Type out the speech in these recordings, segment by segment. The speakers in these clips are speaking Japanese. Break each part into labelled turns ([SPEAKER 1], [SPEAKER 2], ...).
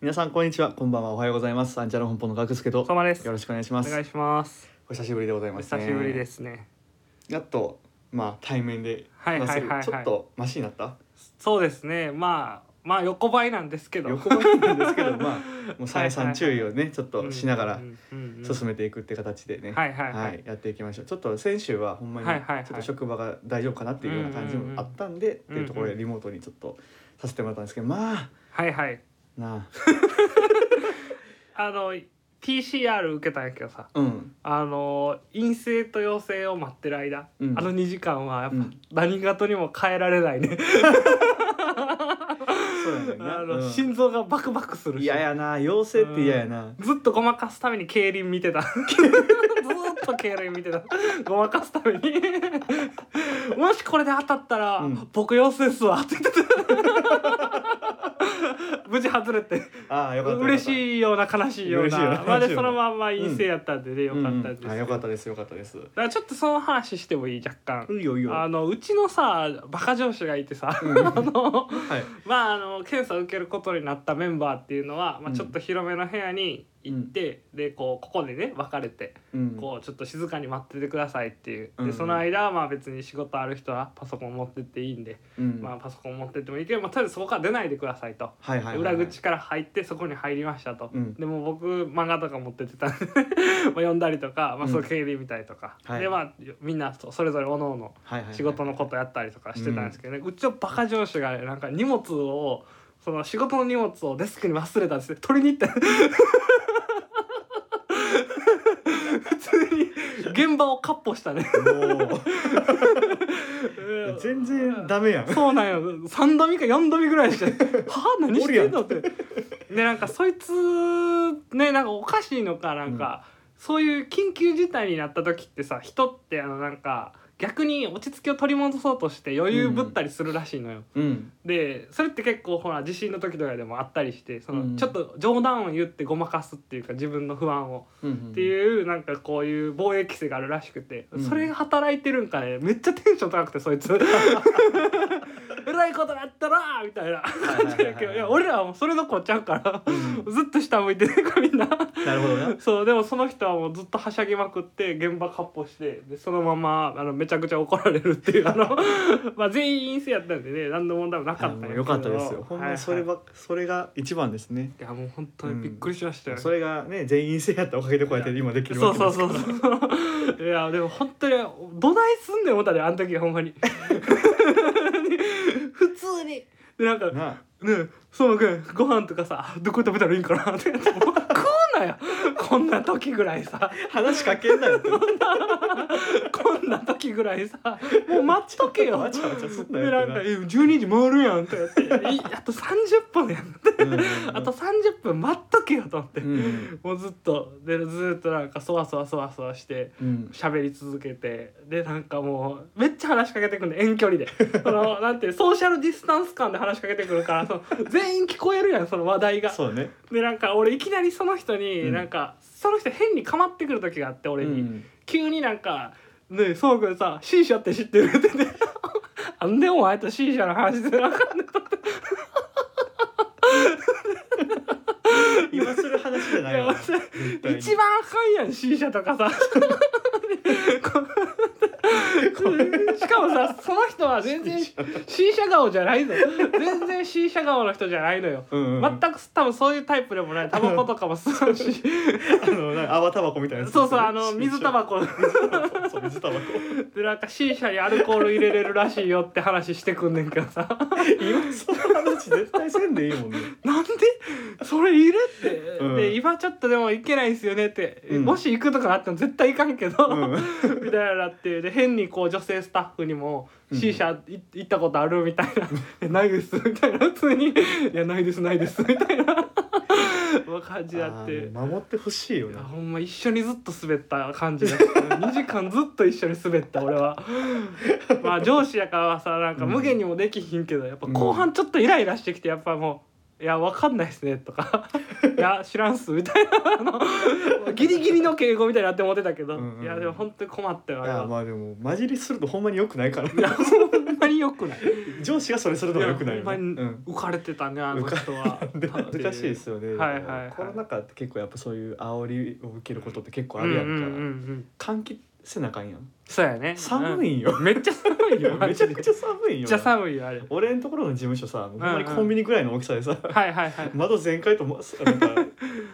[SPEAKER 1] 皆さんこんにちはこんばんはおはようございますアンチャル本舗の学助と
[SPEAKER 2] 相馬です
[SPEAKER 1] よろしくお願いし
[SPEAKER 2] お
[SPEAKER 1] ます
[SPEAKER 2] 願いします
[SPEAKER 1] お久しぶりでござい
[SPEAKER 2] お
[SPEAKER 1] ます、
[SPEAKER 2] 久しぶりですすね
[SPEAKER 1] やっとまあ対面で
[SPEAKER 2] はいはいはいはい
[SPEAKER 1] ちょっとマシになった
[SPEAKER 2] そうですねまあまあ横ばいなんですけど
[SPEAKER 1] 横ばいなんですけどまあ もう再
[SPEAKER 2] はいはい
[SPEAKER 1] 三
[SPEAKER 2] はい
[SPEAKER 1] 注意をねちょっとしながら
[SPEAKER 2] うんうんうんうん
[SPEAKER 1] 進めていくって形でね、
[SPEAKER 2] はいはいはい
[SPEAKER 1] やっていきましょうちょっと先週はほんまに
[SPEAKER 2] はいはいはい
[SPEAKER 1] ちょっと職場が大丈夫かなっていうような感じもあったんで、
[SPEAKER 2] うんうん
[SPEAKER 1] ってい
[SPEAKER 2] うん
[SPEAKER 1] うところでリモートにちょっとさせてもらったんですけどまあ
[SPEAKER 2] はいはい
[SPEAKER 1] な
[SPEAKER 2] あの PCR 受けたんやけどさ
[SPEAKER 1] あうん
[SPEAKER 2] あの陰性と陽性を待ってる間、
[SPEAKER 1] うん
[SPEAKER 2] あの2時間はやっぱ
[SPEAKER 1] うん
[SPEAKER 2] 何事にも変えられないね、
[SPEAKER 1] そうやねんな
[SPEAKER 2] あの
[SPEAKER 1] うん
[SPEAKER 2] 心臓がバクバクするし
[SPEAKER 1] 嫌やな妖精って嫌やな、
[SPEAKER 2] ずっとごまかすために競輪見て たずーっと競輪見てたごまかすためにもしこれで当たったら、
[SPEAKER 1] うん
[SPEAKER 2] 僕陽性っすわって言ってた無事外れて
[SPEAKER 1] ああよかった
[SPEAKER 2] 嬉
[SPEAKER 1] い
[SPEAKER 2] しいような悲しいよう
[SPEAKER 1] 嬉しい
[SPEAKER 2] な
[SPEAKER 1] よな
[SPEAKER 2] まあでそのまんま陰性やったんでね、
[SPEAKER 1] よ
[SPEAKER 2] よかったです、
[SPEAKER 1] うんうんあよかったですよかったです
[SPEAKER 2] だからちょっとその話してもいい若
[SPEAKER 1] い
[SPEAKER 2] 干、
[SPEAKER 1] いよいいよ
[SPEAKER 2] あ
[SPEAKER 1] は
[SPEAKER 2] のうちのさバカ上司がいてさ、
[SPEAKER 1] うん
[SPEAKER 2] あ
[SPEAKER 1] い
[SPEAKER 2] のまああの検査を受けることになったメンバーっていうのは、まあ、
[SPEAKER 1] うん
[SPEAKER 2] ちょっと広めの部屋に行って、でこうここでね別れて、
[SPEAKER 1] うん
[SPEAKER 2] こうちょっと静かに待っててくださいっていう
[SPEAKER 1] うんう
[SPEAKER 2] で
[SPEAKER 1] ん
[SPEAKER 2] その間はまあ別に仕事ある人はパソコン持ってっていいんで、
[SPEAKER 1] うん
[SPEAKER 2] まあ、パソコン持ってってもいいけど、まあ、とりあえずそこから出ないでくださいと。
[SPEAKER 1] はいはいはい
[SPEAKER 2] 裏口から入ってそこに入りましたと、
[SPEAKER 1] うん
[SPEAKER 2] でも僕漫画とか持ってってたんで まあ読んだりとか、まあ、そううん経理みたいとか、
[SPEAKER 1] はい
[SPEAKER 2] でまあみんなそそれぞれおのおの
[SPEAKER 1] はいはいはい
[SPEAKER 2] 仕事のことやったりとかしてたんですけどね、うちのバカ上司がなんか荷物をその仕事の荷物をデスクに忘れたんですよ取りに行って 普通に現場をかっ歩したね
[SPEAKER 1] もう全然ダメやん
[SPEAKER 2] そうなんよ3度目か4度目ぐらい して「はあ何してんの?」ってでなんかそいつねなんかおかしいのかなんか、そういう緊急事態になった時ってさ人ってあのなんか逆に落ち着きを取り戻そうとして余裕ぶったりするらしいのよ。
[SPEAKER 1] うん
[SPEAKER 2] でそれって結構ほら地震の時とかでもあったりしてその、
[SPEAKER 1] うん
[SPEAKER 2] ちょっと冗談を言ってごまかすっていうか自分の不安を、
[SPEAKER 1] うんうん
[SPEAKER 2] っていうなんかこういう防衛規制があるらしくて、
[SPEAKER 1] うん
[SPEAKER 2] それが働いてるんかねめっちゃテンション高くてそいつ。えらいことなったらみたいな感じやけどいや俺らはもうそれどころちゃうから
[SPEAKER 1] うん
[SPEAKER 2] ずっと下向いてるからみんな
[SPEAKER 1] なるほどな
[SPEAKER 2] そうでもその人はもうずっとはしゃぎまくって現場かっ歩してでそのままあのめちゃくちゃ怒られるっていうあの まあ全員陰性やったんでね何の問題もなかったんやけど
[SPEAKER 1] よかったですよほんまにそれ
[SPEAKER 2] はいは
[SPEAKER 1] ばっそれが一番ですね
[SPEAKER 2] い、いやもう本当にびっくりしましたよ、
[SPEAKER 1] それがね全員制やったおかげでこうやって今できる
[SPEAKER 2] そ
[SPEAKER 1] わ
[SPEAKER 2] う
[SPEAKER 1] け
[SPEAKER 2] そ
[SPEAKER 1] で
[SPEAKER 2] う
[SPEAKER 1] す
[SPEAKER 2] そうそういやでも本当にどないすんねん思ったであの時ほんまに 普通にでなんか
[SPEAKER 1] な
[SPEAKER 2] ねえ相馬君ご飯とかさどこで食べたらいいんかなってもう食うなよこんな時ぐらいさ
[SPEAKER 1] 話しかけんなよって
[SPEAKER 2] こんな時ぐらいさもう待っとけよ
[SPEAKER 1] わちゃわちゃすんな
[SPEAKER 2] で
[SPEAKER 1] よ
[SPEAKER 2] な
[SPEAKER 1] っ
[SPEAKER 2] ん
[SPEAKER 1] て
[SPEAKER 2] か「
[SPEAKER 1] な
[SPEAKER 2] え12時回るやん」ってやってい「あと30分やん」って
[SPEAKER 1] うんうんうん
[SPEAKER 2] あと30分待っとけよ」と思って、
[SPEAKER 1] うん
[SPEAKER 2] もうずっとでずっとなんかそわそわそわそわして
[SPEAKER 1] うん
[SPEAKER 2] 喋り続けてでなんかもうめっちゃ話しかけてくるの遠距離 でそのなんていうソーシャルディスタンス感で話しかけてくるからその全員聞こえるやんその話題が。
[SPEAKER 1] そうね
[SPEAKER 2] でなんか俺いきなりその人
[SPEAKER 1] う
[SPEAKER 2] に
[SPEAKER 1] ん
[SPEAKER 2] なんか、その人変に構ってくる時があって
[SPEAKER 1] う
[SPEAKER 2] 俺に、
[SPEAKER 1] ん
[SPEAKER 2] 急になんか「ねえそうくんさ C 社って知ってる?」って ね「なんでお前と C 社の話でなかんねん」
[SPEAKER 1] 今する話じゃないわ絶対に
[SPEAKER 2] 一番あかんやん C 社と かさ。しかもさその人は全然 C 社顔じゃないぞ全然 C 社顔の人じゃないのよ、
[SPEAKER 1] うんうんうん
[SPEAKER 2] 全く多分そういうタイプでもないタバコとかも吸うし
[SPEAKER 1] あのなんか泡タバコみたいなやつ
[SPEAKER 2] そうそうあの水タバコ
[SPEAKER 1] コそう水タバコ
[SPEAKER 2] でなんか C 社にアルコール入れれるらしいよって話してくんねんけ どさ
[SPEAKER 1] 今その話絶対せんでいいもんね
[SPEAKER 2] なんでそれいるって、
[SPEAKER 1] うん
[SPEAKER 2] で今ちょっとでも行けないですよねって、
[SPEAKER 1] うん
[SPEAKER 2] もし行くとかなっても絶対行かんけど、
[SPEAKER 1] うん
[SPEAKER 2] みたいなのあってで変にこう女性スタッフにも「
[SPEAKER 1] うん
[SPEAKER 2] C 社い行ったことある?」みたいな「えないです」みたいな普通に「いやないですないです」みたいな感じやって
[SPEAKER 1] あー。守ってほしいよ
[SPEAKER 2] いや
[SPEAKER 1] な
[SPEAKER 2] ほんま一緒にずっと滑った感じだった2時間ずっと一緒に滑った俺はまあ上司やからさなんか無限にもできひんけどやっぱ後半ちょっとイライラしてきてやっぱもう「いやわかんないっすね」とかいや知らんっすみたいなあのギリギリの敬語みたいになって思ってたけど、
[SPEAKER 1] うんうんうん
[SPEAKER 2] いやでも本当に困ったよあれ
[SPEAKER 1] や
[SPEAKER 2] は、
[SPEAKER 1] まあでも混じりするとほんまに良くないから
[SPEAKER 2] いやほんまによくない
[SPEAKER 1] 上司がそれするのが良くないよ
[SPEAKER 2] いやほんま
[SPEAKER 1] ね。
[SPEAKER 2] 浮かれてたねあの人は
[SPEAKER 1] うん、で難しいですよね。
[SPEAKER 2] はいはいはい
[SPEAKER 1] コロナ禍って結構やっぱそういう煽りを受けることって結構あるやんか。
[SPEAKER 2] うんうんうんうん
[SPEAKER 1] 換気せなあか んやん。
[SPEAKER 2] そうやね
[SPEAKER 1] 寒
[SPEAKER 2] い、
[SPEAKER 1] いんよ。
[SPEAKER 2] うんめっちゃ寒いよ マ
[SPEAKER 1] めち
[SPEAKER 2] ジ
[SPEAKER 1] ゃ
[SPEAKER 2] で
[SPEAKER 1] くちゃ寒いん
[SPEAKER 2] めっ
[SPEAKER 1] よ
[SPEAKER 2] ちゃ。寒いよあれ
[SPEAKER 1] 俺のところの事務所さ、ほんまに
[SPEAKER 2] うんうん
[SPEAKER 1] コンビニぐらいの大きさでさ、
[SPEAKER 2] はいはいはい
[SPEAKER 1] 窓全開ともなんか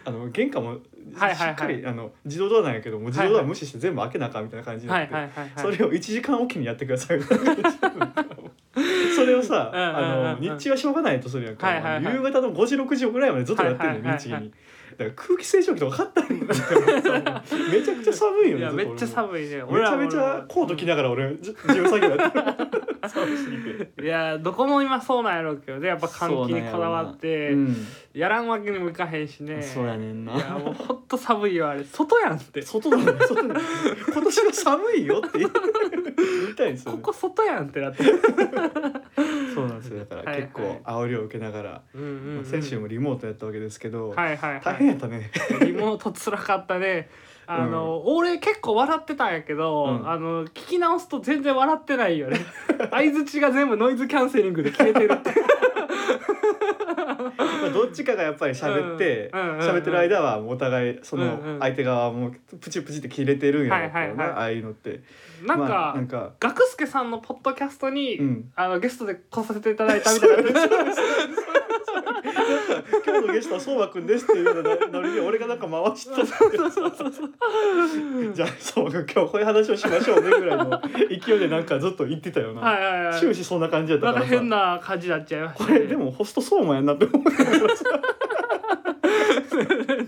[SPEAKER 1] あの玄関もしっか
[SPEAKER 2] はい
[SPEAKER 1] り、
[SPEAKER 2] はいはい
[SPEAKER 1] あの自動ドアなんやけどもう自動ドア無視して全部開けなあかんみたいな感じに
[SPEAKER 2] は
[SPEAKER 1] なっ
[SPEAKER 2] い
[SPEAKER 1] て、
[SPEAKER 2] はいはい
[SPEAKER 1] そ
[SPEAKER 2] はい
[SPEAKER 1] れを1時間おきにやってください それをさ
[SPEAKER 2] うんうんうんうん
[SPEAKER 1] あの日中はしょうがないとするやんか、
[SPEAKER 2] はいはいはい
[SPEAKER 1] 夕方の5時6時ぐらいまでずっとやってるの、
[SPEAKER 2] はいはいはいはい
[SPEAKER 1] 日にだから空気清浄機とか買った らいいのにって思ってさめちゃくちゃ寒いよ
[SPEAKER 2] い
[SPEAKER 1] ね
[SPEAKER 2] や
[SPEAKER 1] ず
[SPEAKER 2] め
[SPEAKER 1] と
[SPEAKER 2] っちゃ寒いね
[SPEAKER 1] 俺もめちゃめちゃコート着ながら俺じ自分作業やって る寒すぎて
[SPEAKER 2] いやどこも今そうなんやろうけどねやっぱ換気にこだわって や,、
[SPEAKER 1] うん
[SPEAKER 2] らんわけにもいかへんしね
[SPEAKER 1] そうやねんない
[SPEAKER 2] やもうほんと寒いよあれ外やんって
[SPEAKER 1] 外だね 外だね今年は寒いよって 言い言いたいんですよ
[SPEAKER 2] こ
[SPEAKER 1] ね
[SPEAKER 2] こ外やんってなって、
[SPEAKER 1] そうなんですよだから、
[SPEAKER 2] はいはい
[SPEAKER 1] 結構煽りを受けながら、
[SPEAKER 2] うんうん
[SPEAKER 1] ま
[SPEAKER 2] う
[SPEAKER 1] あ
[SPEAKER 2] ん
[SPEAKER 1] 先週もリモートやったわけですけど、
[SPEAKER 2] はいはい、はい、
[SPEAKER 1] 大変やったね
[SPEAKER 2] リモートつらかったね。あの、俺結構笑ってたんやけど、
[SPEAKER 1] うん
[SPEAKER 2] あの聞き直すと全然笑ってな いよね相づちが全部ノイズキャンセリングで消えてるって
[SPEAKER 1] まあどっちかがやっぱり喋って
[SPEAKER 2] うんうんうんうん
[SPEAKER 1] 喋ってる間はもうお互いそ
[SPEAKER 2] うんう
[SPEAKER 1] の
[SPEAKER 2] ん
[SPEAKER 1] 相手側もプチプチって切れてるんやろうけど
[SPEAKER 2] はいはいはい
[SPEAKER 1] なああいうのって
[SPEAKER 2] なんか、
[SPEAKER 1] まあなんか
[SPEAKER 2] 学助さんのポッドキャストに、
[SPEAKER 1] うん
[SPEAKER 2] あのゲストで来させていただいたみたいな
[SPEAKER 1] 今日のゲストは相馬くんですっていうのでノリで俺がなんか回して たじゃあ相馬くん今日こういう話をしましょうねぐらいの勢いでなんかずっと言ってたよ
[SPEAKER 2] は
[SPEAKER 1] ない
[SPEAKER 2] はいはい
[SPEAKER 1] 終始そんな感じやった
[SPEAKER 2] なん
[SPEAKER 1] か
[SPEAKER 2] から
[SPEAKER 1] さ
[SPEAKER 2] 変な感じになっちゃいました
[SPEAKER 1] こ
[SPEAKER 2] ね、
[SPEAKER 1] れでもホスト相馬やなって思う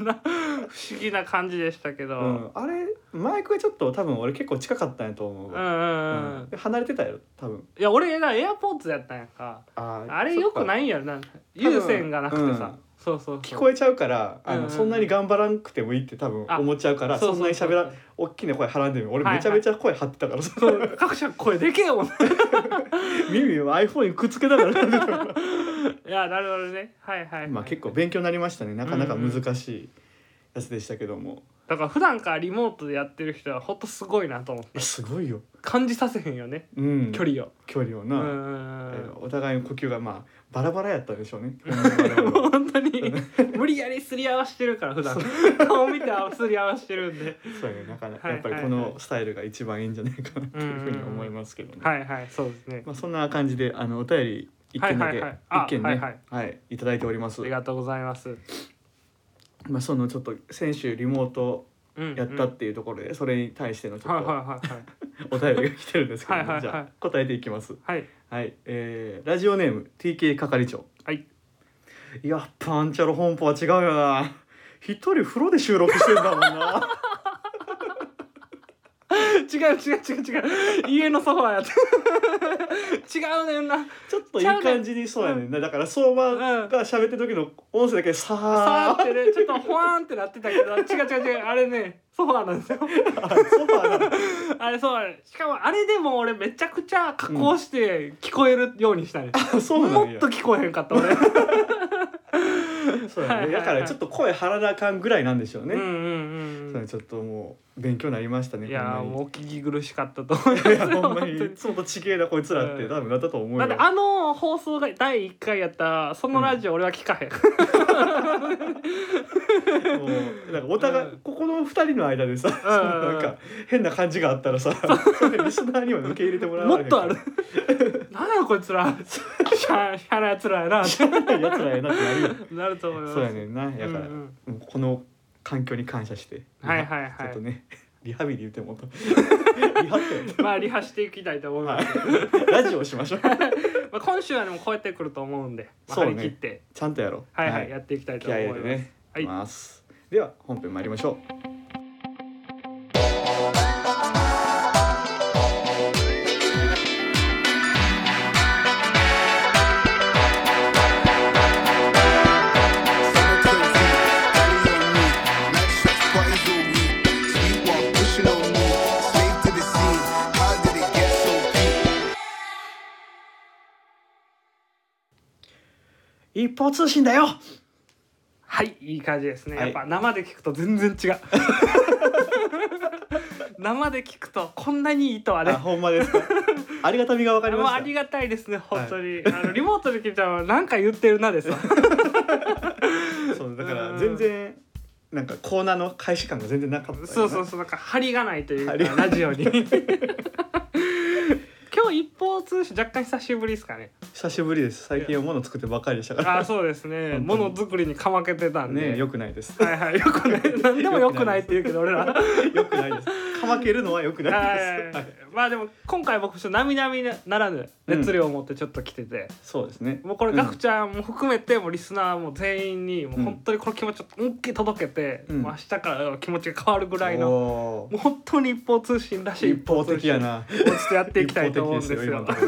[SPEAKER 2] な不思議な感じでしたけど、
[SPEAKER 1] う
[SPEAKER 2] うん、
[SPEAKER 1] んあれマイクがちょっと多分俺結構近かったんやと思う
[SPEAKER 2] うんう
[SPEAKER 1] わ、
[SPEAKER 2] ん、
[SPEAKER 1] うん離れてたやろ多分
[SPEAKER 2] いや俺なエアポーツやったんやんか
[SPEAKER 1] あ
[SPEAKER 2] あれよくないいんやろな有線がなくてさ、
[SPEAKER 1] うん
[SPEAKER 2] そうそう
[SPEAKER 1] 聞
[SPEAKER 2] そう
[SPEAKER 1] こえちゃうからあ
[SPEAKER 2] うん
[SPEAKER 1] の
[SPEAKER 2] うん
[SPEAKER 1] そんなに頑張らんくてもいいって多分
[SPEAKER 2] あ
[SPEAKER 1] 思っちゃうからそんなに喋らん大きな声はらんでも俺
[SPEAKER 2] はい
[SPEAKER 1] めちゃめちゃ声張ってたからそ
[SPEAKER 2] そう 各社声でけえもん
[SPEAKER 1] の耳を iPhone にくっつけながらなんでた から
[SPEAKER 2] いやなるほどねはいはい、はい、
[SPEAKER 1] まあ結構勉強になりましたねなかなか難しいやつでしたけども
[SPEAKER 2] だから普段からリモートでやってる人はほんとすごいなと思って
[SPEAKER 1] いやすごいよ
[SPEAKER 2] 感じさせへんよね
[SPEAKER 1] うん
[SPEAKER 2] 距離を
[SPEAKER 1] 距離を
[SPEAKER 2] う
[SPEAKER 1] な、
[SPEAKER 2] んうん
[SPEAKER 1] え
[SPEAKER 2] うん
[SPEAKER 1] ーお互いの呼吸がまあバラバラやったでしょうね
[SPEAKER 2] もう本当に無理やりすり合わしてるから普段顔見て合わすり合わしてるんで
[SPEAKER 1] そうやねなかなか
[SPEAKER 2] はい
[SPEAKER 1] やっぱりこのスタイルが一番いいんじゃないかなっていうふうに思いますけどね
[SPEAKER 2] はいはいそうですね
[SPEAKER 1] まあ、そんな感じであのお便り一件だけ、
[SPEAKER 2] はいはいはいあ
[SPEAKER 1] 一件ね
[SPEAKER 2] はいはい
[SPEAKER 1] はい、いただいております
[SPEAKER 2] ありがとうございます、
[SPEAKER 1] まあ、そのちょっと先週リモート
[SPEAKER 2] うん
[SPEAKER 1] やったっていうところで、それに対してのちょ
[SPEAKER 2] はい
[SPEAKER 1] っ
[SPEAKER 2] はい
[SPEAKER 1] と
[SPEAKER 2] は
[SPEAKER 1] お
[SPEAKER 2] いはい
[SPEAKER 1] 便りが来てるんですけども、
[SPEAKER 2] はいはいはい
[SPEAKER 1] じゃあ答えていきます
[SPEAKER 2] はい
[SPEAKER 1] はい、えーラジオネーム TK 係長
[SPEAKER 2] はい
[SPEAKER 1] やっぱアンチャロ本舗は違うよな一人風呂で収録してんだもんな
[SPEAKER 2] 違う違う違う違う家のソファーやって 違うねんな
[SPEAKER 1] ちょっといい感じにそうやねんなだから相馬が喋ってる時の音声だけさ
[SPEAKER 2] さ
[SPEAKER 1] あ
[SPEAKER 2] ーってねちょっとほわーんってなってたけど違う違う違うあれねソファーなんですよ
[SPEAKER 1] ソファーなの
[SPEAKER 2] あれソファーしかもあれでも俺めちゃくちゃ加工して聞こえるようにしたね、
[SPEAKER 1] あそうなんや
[SPEAKER 2] もっと聞こえへんかった俺
[SPEAKER 1] そうだ
[SPEAKER 2] はい
[SPEAKER 1] ね。
[SPEAKER 2] はいは
[SPEAKER 1] だ
[SPEAKER 2] い
[SPEAKER 1] からちょっと声張らなあかんぐらいなんでしょうね。
[SPEAKER 2] うんうん
[SPEAKER 1] そう
[SPEAKER 2] う
[SPEAKER 1] だねちょっともう勉強になりました
[SPEAKER 2] ん
[SPEAKER 1] ね。
[SPEAKER 2] いやー
[SPEAKER 1] ほんま
[SPEAKER 2] もう
[SPEAKER 1] に
[SPEAKER 2] お聞き苦しかったと思います
[SPEAKER 1] いやほんまにい
[SPEAKER 2] 本
[SPEAKER 1] つもとちげえなこいつらっ
[SPEAKER 2] う
[SPEAKER 1] て
[SPEAKER 2] ん
[SPEAKER 1] 多分なったと思う
[SPEAKER 2] だ
[SPEAKER 1] よ
[SPEAKER 2] って。あの放送が第1回やったそのラジオ俺は聞かへん、
[SPEAKER 1] もうなんかお互い
[SPEAKER 2] うん
[SPEAKER 1] ここの二人の間でさ、そのなんか変な感じがあったらさ、それリスナーには受け入れてもらわ
[SPEAKER 2] も
[SPEAKER 1] れ
[SPEAKER 2] っ
[SPEAKER 1] へんか
[SPEAKER 2] と
[SPEAKER 1] ら
[SPEAKER 2] あるなんやこいつらシャシャラやつらやなって
[SPEAKER 1] やつらやなってなるよ。
[SPEAKER 2] なると思います
[SPEAKER 1] そうやねんな。だから
[SPEAKER 2] うんうん
[SPEAKER 1] もうこの環境に感謝して。
[SPEAKER 2] はいはいはい
[SPEAKER 1] ちょっとね。 リハビリ言って もリハっ
[SPEAKER 2] まあリハしていきたいと思います、
[SPEAKER 1] てラジオをしまし ょう
[SPEAKER 2] まあ、今週はでも超えてくると思うんで、まあ、
[SPEAKER 1] そう
[SPEAKER 2] 張
[SPEAKER 1] ね
[SPEAKER 2] り切って、
[SPEAKER 1] ちゃんとやろう
[SPEAKER 2] はいはい、やっていきたいと
[SPEAKER 1] 気
[SPEAKER 2] 思
[SPEAKER 1] 合
[SPEAKER 2] い
[SPEAKER 1] い
[SPEAKER 2] ま
[SPEAKER 1] 入
[SPEAKER 2] す、
[SPEAKER 1] れてね、
[SPEAKER 2] はい
[SPEAKER 1] いますでは本編参りましょう一方通信だよ
[SPEAKER 2] ははいいい感じですね、
[SPEAKER 1] はい
[SPEAKER 2] やっぱ生で聞くと全然 違う生で聞くとこんなにいいとは
[SPEAKER 1] あ
[SPEAKER 2] ね
[SPEAKER 1] ほんま ですかありがたみが分かり
[SPEAKER 2] もう
[SPEAKER 1] ま
[SPEAKER 2] あ
[SPEAKER 1] し
[SPEAKER 2] り
[SPEAKER 1] た
[SPEAKER 2] がたいですね本当に、あのリモートで聞いたらなんか言ってるなですわ
[SPEAKER 1] そうだか
[SPEAKER 2] う
[SPEAKER 1] ら
[SPEAKER 2] ん
[SPEAKER 1] 全然なんかコーナーの開始感が全然なかったよな
[SPEAKER 2] そうそうそうなんか張りがないというか
[SPEAKER 1] 張りが
[SPEAKER 2] ラジオに今日一方通信若干久しぶりです かね
[SPEAKER 1] 久しぶりです最近は物作ってばっかりでしたから
[SPEAKER 2] あーそうですね
[SPEAKER 1] 本当
[SPEAKER 2] も
[SPEAKER 1] に
[SPEAKER 2] のづくりにかまけてたんで、
[SPEAKER 1] ねよくないです
[SPEAKER 2] はいはいよ くない何でもよくないって言うけど俺ら
[SPEAKER 1] よくないですかまけるのはよくない
[SPEAKER 2] は
[SPEAKER 1] で
[SPEAKER 2] い
[SPEAKER 1] すはい
[SPEAKER 2] まあでも今回僕ちょっと並々ならぬ熱量を持ってちょっと来てて、
[SPEAKER 1] そうですね
[SPEAKER 2] もうこれガクちゃんも含めてもうリスナーも全員にもううん本当にこの気持ちを思いっきり届けて、
[SPEAKER 1] うん
[SPEAKER 2] もう明日から気持ちが変わるぐ
[SPEAKER 1] ぐ
[SPEAKER 2] らいの
[SPEAKER 1] の
[SPEAKER 2] もう本当に一方通信らしい
[SPEAKER 1] 一方的やな
[SPEAKER 2] 一方通信をちょっとやっていきたいと思うんですよ
[SPEAKER 1] 一方的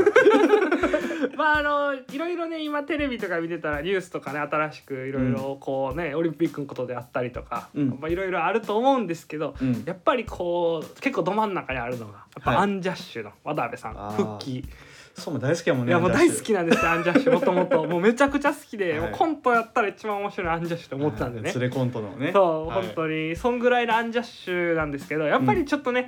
[SPEAKER 2] まああのいろいろね今テレビとか見てたらニュースとかね新しくいろいろこうね、オリンピックのことであったりとか、
[SPEAKER 1] うん
[SPEAKER 2] まあいろいろあると思うんですけど、
[SPEAKER 1] 今のうん
[SPEAKER 2] やっぱりこう結構ど真ん中にあるのがやっぱ
[SPEAKER 1] はい
[SPEAKER 2] アンジャッシュの渡辺さん、
[SPEAKER 1] あー
[SPEAKER 2] 復帰
[SPEAKER 1] そうも大好きやもん
[SPEAKER 2] い
[SPEAKER 1] ね
[SPEAKER 2] やもう大好
[SPEAKER 1] 私
[SPEAKER 2] きなんですよアンジャッシュもともともうめちゃくちゃ好きで、
[SPEAKER 1] はい
[SPEAKER 2] もうコントやったら一番面白いアンジャッシュと思ってたんでね、
[SPEAKER 1] はい連れコントのね
[SPEAKER 2] そう、
[SPEAKER 1] はい
[SPEAKER 2] 本当にそんぐらいのアンジャッシュなんですけどやっぱりちょっとね、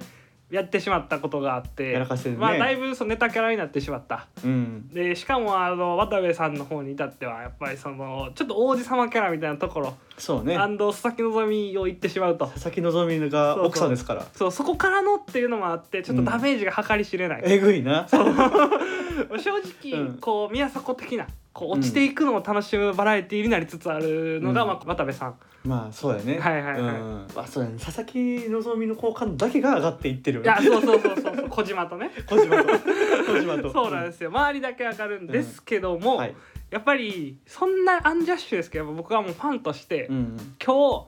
[SPEAKER 2] やってしまったことがあって
[SPEAKER 1] やらかしてるね
[SPEAKER 2] まあ、だいぶそのネタキャラになってしまった
[SPEAKER 1] うん
[SPEAKER 2] でしかもあの渡部さんの方に至ってはやっぱりそのちょっと王子様キャラみたいなところ、
[SPEAKER 1] そうね
[SPEAKER 2] 安藤佐々木希を言ってしまうと
[SPEAKER 1] 佐々木希が奥さんですから
[SPEAKER 2] そうそこからのっていうのもあってちょっとダメージが計り知れない、
[SPEAKER 1] えぐいなそう
[SPEAKER 2] 正直、
[SPEAKER 1] うん
[SPEAKER 2] こう宮迫的なこう落ちていくのを楽しむバラエティーになりつつあるのが、
[SPEAKER 1] うん
[SPEAKER 2] まあ、渡部さん
[SPEAKER 1] まあそうやね
[SPEAKER 2] はいはいはい
[SPEAKER 1] うんまあそうやね佐々木希の好感度だけが上がっていってるよ
[SPEAKER 2] いや
[SPEAKER 1] ね
[SPEAKER 2] そうそうそうそうそう小島と ね
[SPEAKER 1] 小島と小島と
[SPEAKER 2] そうなんですよ周りだけ上がるんですけども、
[SPEAKER 1] はい
[SPEAKER 2] やっぱりそんなアンジャッシュですけど僕はもうファンとして、
[SPEAKER 1] うん
[SPEAKER 2] 今日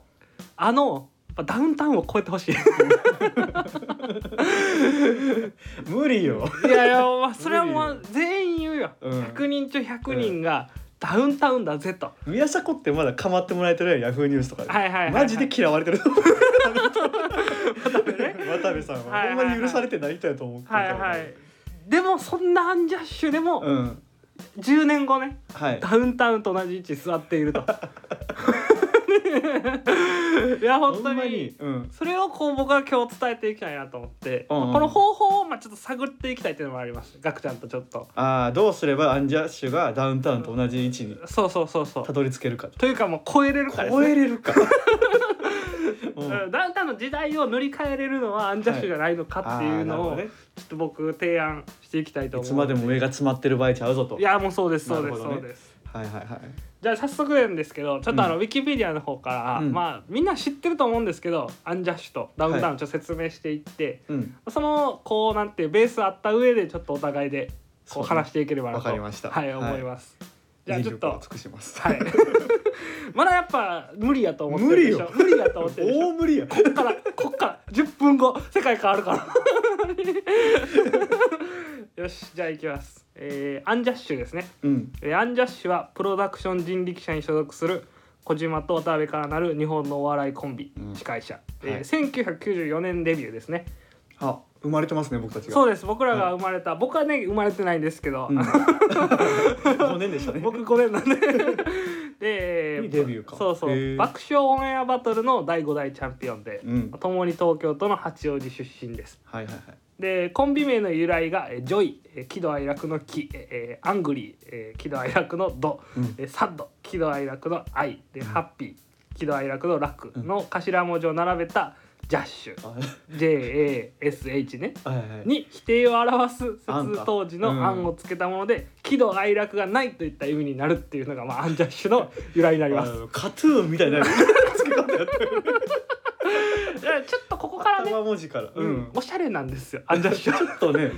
[SPEAKER 2] あのやっぱダウンタウンを超えてほしいい
[SPEAKER 1] 無理よ
[SPEAKER 2] やいや、まあ、それはもう全員言うよ、
[SPEAKER 1] うん
[SPEAKER 2] 100人中100人がダウンタウンだぜと、
[SPEAKER 1] 宮迫ってまだ構ってもらえてるやんヤフーニュースとかで、
[SPEAKER 2] はいはいはいはい
[SPEAKER 1] マジで嫌われてると思 う 渡部さんは、
[SPEAKER 2] はいはいは
[SPEAKER 1] ほ
[SPEAKER 2] い
[SPEAKER 1] んまに許されてない人やと思う
[SPEAKER 2] はいはいでもそんなアンジャッシュでも
[SPEAKER 1] うん
[SPEAKER 2] 10年後ね
[SPEAKER 1] はい
[SPEAKER 2] ダウンタウンと同じ位置に座っていると いや本当
[SPEAKER 1] ほんま
[SPEAKER 2] に
[SPEAKER 1] うん
[SPEAKER 2] それをこう僕は今日伝えていきたいなと思って、
[SPEAKER 1] うんうん
[SPEAKER 2] この方法をまあちょっと探っていきたいっていうのもありますガクちゃんとちょっと
[SPEAKER 1] ああどうすればアンジャッシュがダウンタウンと同じ位置に
[SPEAKER 2] そうそうそうそう
[SPEAKER 1] たどり着けるかと
[SPEAKER 2] というかもう超えれるかです
[SPEAKER 1] 超え
[SPEAKER 2] ね
[SPEAKER 1] れるか、う
[SPEAKER 2] うん、ダウンタウンの時代を塗り替えれるのはアンジャッシュじゃないのかっていうの
[SPEAKER 1] あーなるほ
[SPEAKER 2] を
[SPEAKER 1] ど
[SPEAKER 2] ちょ
[SPEAKER 1] ね
[SPEAKER 2] っと僕提案していきたいと
[SPEAKER 1] い
[SPEAKER 2] 思う
[SPEAKER 1] つまでも上が詰まってる場合ちゃうぞと
[SPEAKER 2] いやもうそうですそうです、
[SPEAKER 1] なるほ
[SPEAKER 2] そ
[SPEAKER 1] どね
[SPEAKER 2] うです
[SPEAKER 1] はいはいはい
[SPEAKER 2] じゃあ早速なんですけどちょっとあの、
[SPEAKER 1] う
[SPEAKER 2] ウィキペディアの方から、
[SPEAKER 1] うん
[SPEAKER 2] まあみんな知ってると思うんですけどアンジャッシュとダウンタウンをちょっと説明していって、
[SPEAKER 1] うん
[SPEAKER 2] そのこうなんていうベースあった上でちょっとお互いで
[SPEAKER 1] そ
[SPEAKER 2] こ
[SPEAKER 1] う
[SPEAKER 2] う
[SPEAKER 1] ね
[SPEAKER 2] 話していければなと
[SPEAKER 1] わかりました
[SPEAKER 2] は
[SPEAKER 1] は
[SPEAKER 2] い、
[SPEAKER 1] い
[SPEAKER 2] 思いますじゃあちょ
[SPEAKER 1] 全
[SPEAKER 2] っ
[SPEAKER 1] 力を
[SPEAKER 2] と
[SPEAKER 1] 尽くします、
[SPEAKER 2] はい まだやっぱ無理やと思ってるでしょ無理やと思ってるでしょ
[SPEAKER 1] 大無理や
[SPEAKER 2] こっからこっから10分後世界変わる からよしじゃあいきます、えーアンジャッシュですね
[SPEAKER 1] うん
[SPEAKER 2] えーアンジャッシュはプロダクション人力車に所属する小島と渡辺からなる日本のお笑いコンビ、
[SPEAKER 1] うん
[SPEAKER 2] 司会者、
[SPEAKER 1] はい
[SPEAKER 2] えー1994年デビューですね
[SPEAKER 1] あ生まれてますね僕たちが
[SPEAKER 2] そう
[SPEAKER 1] う
[SPEAKER 2] です僕らが生まれた、僕はね生まれてないんですけど、
[SPEAKER 1] ん、5年でしたね
[SPEAKER 2] 僕5年なん でで
[SPEAKER 1] いいデビューか
[SPEAKER 2] そうそ
[SPEAKER 1] へ
[SPEAKER 2] う
[SPEAKER 1] ー
[SPEAKER 2] 爆笑オンエアバトルの第5代チャンピオンで、
[SPEAKER 1] うん
[SPEAKER 2] 共に東京都の八王子出身です
[SPEAKER 1] はいはいはい
[SPEAKER 2] でコンビ名の由来がえージョイえー喜怒哀楽の喜、えーアングリー、えー喜怒哀楽のド、
[SPEAKER 1] うん
[SPEAKER 2] えーサッド喜怒哀楽の愛で、
[SPEAKER 1] うん
[SPEAKER 2] ハッピー喜怒哀楽の楽の頭文字を並べたジャッシュ、JASH ね
[SPEAKER 1] あはいはいはい
[SPEAKER 2] に否定を表す
[SPEAKER 1] あん
[SPEAKER 2] 説
[SPEAKER 1] か
[SPEAKER 2] 当時の
[SPEAKER 1] うん
[SPEAKER 2] 案をつけたもので、喜怒哀楽がないといった意味になるっていうのが、まあ、アンジャッシュの由来になります
[SPEAKER 1] あのカトゥーンみたい な付け方やってる
[SPEAKER 2] だからちょっとここからね、
[SPEAKER 1] 頭文字から
[SPEAKER 2] う
[SPEAKER 1] うんん、
[SPEAKER 2] おしゃれなんですよアンジャッシュ
[SPEAKER 1] ちょっとね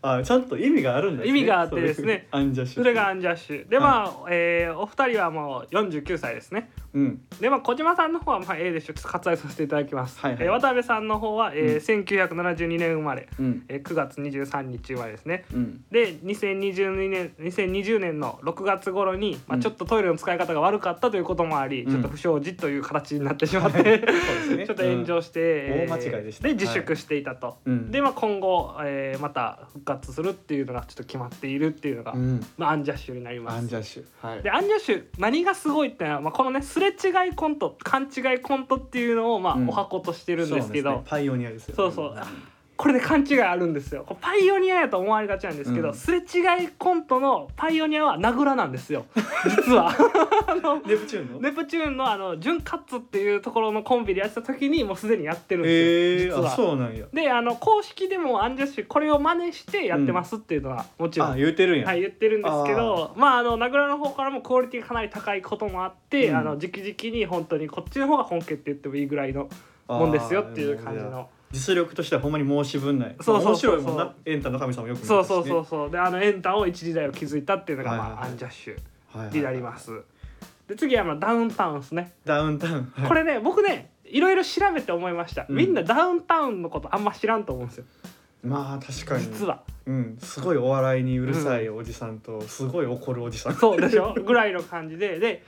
[SPEAKER 1] あちゃんと意味があるんだ
[SPEAKER 2] 意味があってですね
[SPEAKER 1] アンジャッシュ
[SPEAKER 2] それがアンジャッシュでまあ、えーお二人はもう49歳ですね
[SPEAKER 1] うんで
[SPEAKER 2] でまあ小島さんの方はまあ A でしょちょっと割愛させていただきます、
[SPEAKER 1] はいはい
[SPEAKER 2] えー渡辺さんの方は、え
[SPEAKER 1] うん
[SPEAKER 2] ー1972年生まれ、
[SPEAKER 1] うん
[SPEAKER 2] えー9月23日生まれですね
[SPEAKER 1] うん
[SPEAKER 2] で2020年2020年の6月頃に、ま
[SPEAKER 1] う
[SPEAKER 2] あ、
[SPEAKER 1] ん
[SPEAKER 2] ちょっとトイレの使い方が悪かったということもあり、
[SPEAKER 1] うん
[SPEAKER 2] ちょっと不祥事という形になってしまっ
[SPEAKER 1] そう
[SPEAKER 2] て、
[SPEAKER 1] ですね
[SPEAKER 2] ちょっと炎上して、えー
[SPEAKER 1] 大間違いでした
[SPEAKER 2] 自粛していたと、
[SPEAKER 1] うん
[SPEAKER 2] で、まあ、今後、えーまた復活するっていうのがちょっと決まっているっていうのが、
[SPEAKER 1] うん
[SPEAKER 2] まあ、アンジャッシュになります
[SPEAKER 1] アンジャッシュはい
[SPEAKER 2] でアンジャッシュ何がすごいってのは、まあ、このねスすれ違いコント勘違いコントっていうのをまあ、
[SPEAKER 1] うん
[SPEAKER 2] お箱としてるんですけ
[SPEAKER 1] そう
[SPEAKER 2] ど
[SPEAKER 1] ねパイオニアですよね
[SPEAKER 2] そうそうこれね勘違いあるんですよこれパイオニアやと思われがちなんですけど、
[SPEAKER 1] うん
[SPEAKER 2] すれ違いコントのパイオニアは名倉なんですよ 実は。
[SPEAKER 1] ネプチューンの
[SPEAKER 2] ネプチューンのあのジュンカッツっていうところのコンビでやってた時にもうすでにやってるんです
[SPEAKER 1] え
[SPEAKER 2] よ、
[SPEAKER 1] ー、あ
[SPEAKER 2] 実は。
[SPEAKER 1] そうなんや
[SPEAKER 2] であの公式でもアンジャッシュこれを真似してやってますっていうのはもちろん、
[SPEAKER 1] あ言うてるんや、
[SPEAKER 2] はい、言ってるんですけどまああの名倉の方からもクオリティがかなり高いこともあって、
[SPEAKER 1] うん
[SPEAKER 2] あの直々に本当にこっちの方が本家って言ってもいいぐらいの
[SPEAKER 1] あー
[SPEAKER 2] もんですよっていう感じの
[SPEAKER 1] 実力としてはほんまに申し分ない
[SPEAKER 2] そうそうそ
[SPEAKER 1] まあ面白
[SPEAKER 2] う
[SPEAKER 1] いもんなエンタの神様よく見
[SPEAKER 2] そうそうそううそうであのエンタを一時代を築いたっていうのが、まあ
[SPEAKER 1] はいはいはい
[SPEAKER 2] アンジャッシュ
[SPEAKER 1] はいはい
[SPEAKER 2] になります。で次はまあダウンタウンですね。
[SPEAKER 1] ダウンタウン、はい
[SPEAKER 2] これね僕ねいろいろ調べて思いました、
[SPEAKER 1] うん
[SPEAKER 2] みんなダウンタウンのことあんま知らんと思うんですよ
[SPEAKER 1] まあ確かに
[SPEAKER 2] 実は
[SPEAKER 1] うん、すごいお笑いにうるさいおじさんと、すごい怒るおじさん
[SPEAKER 2] そうでしょぐらいの感じでで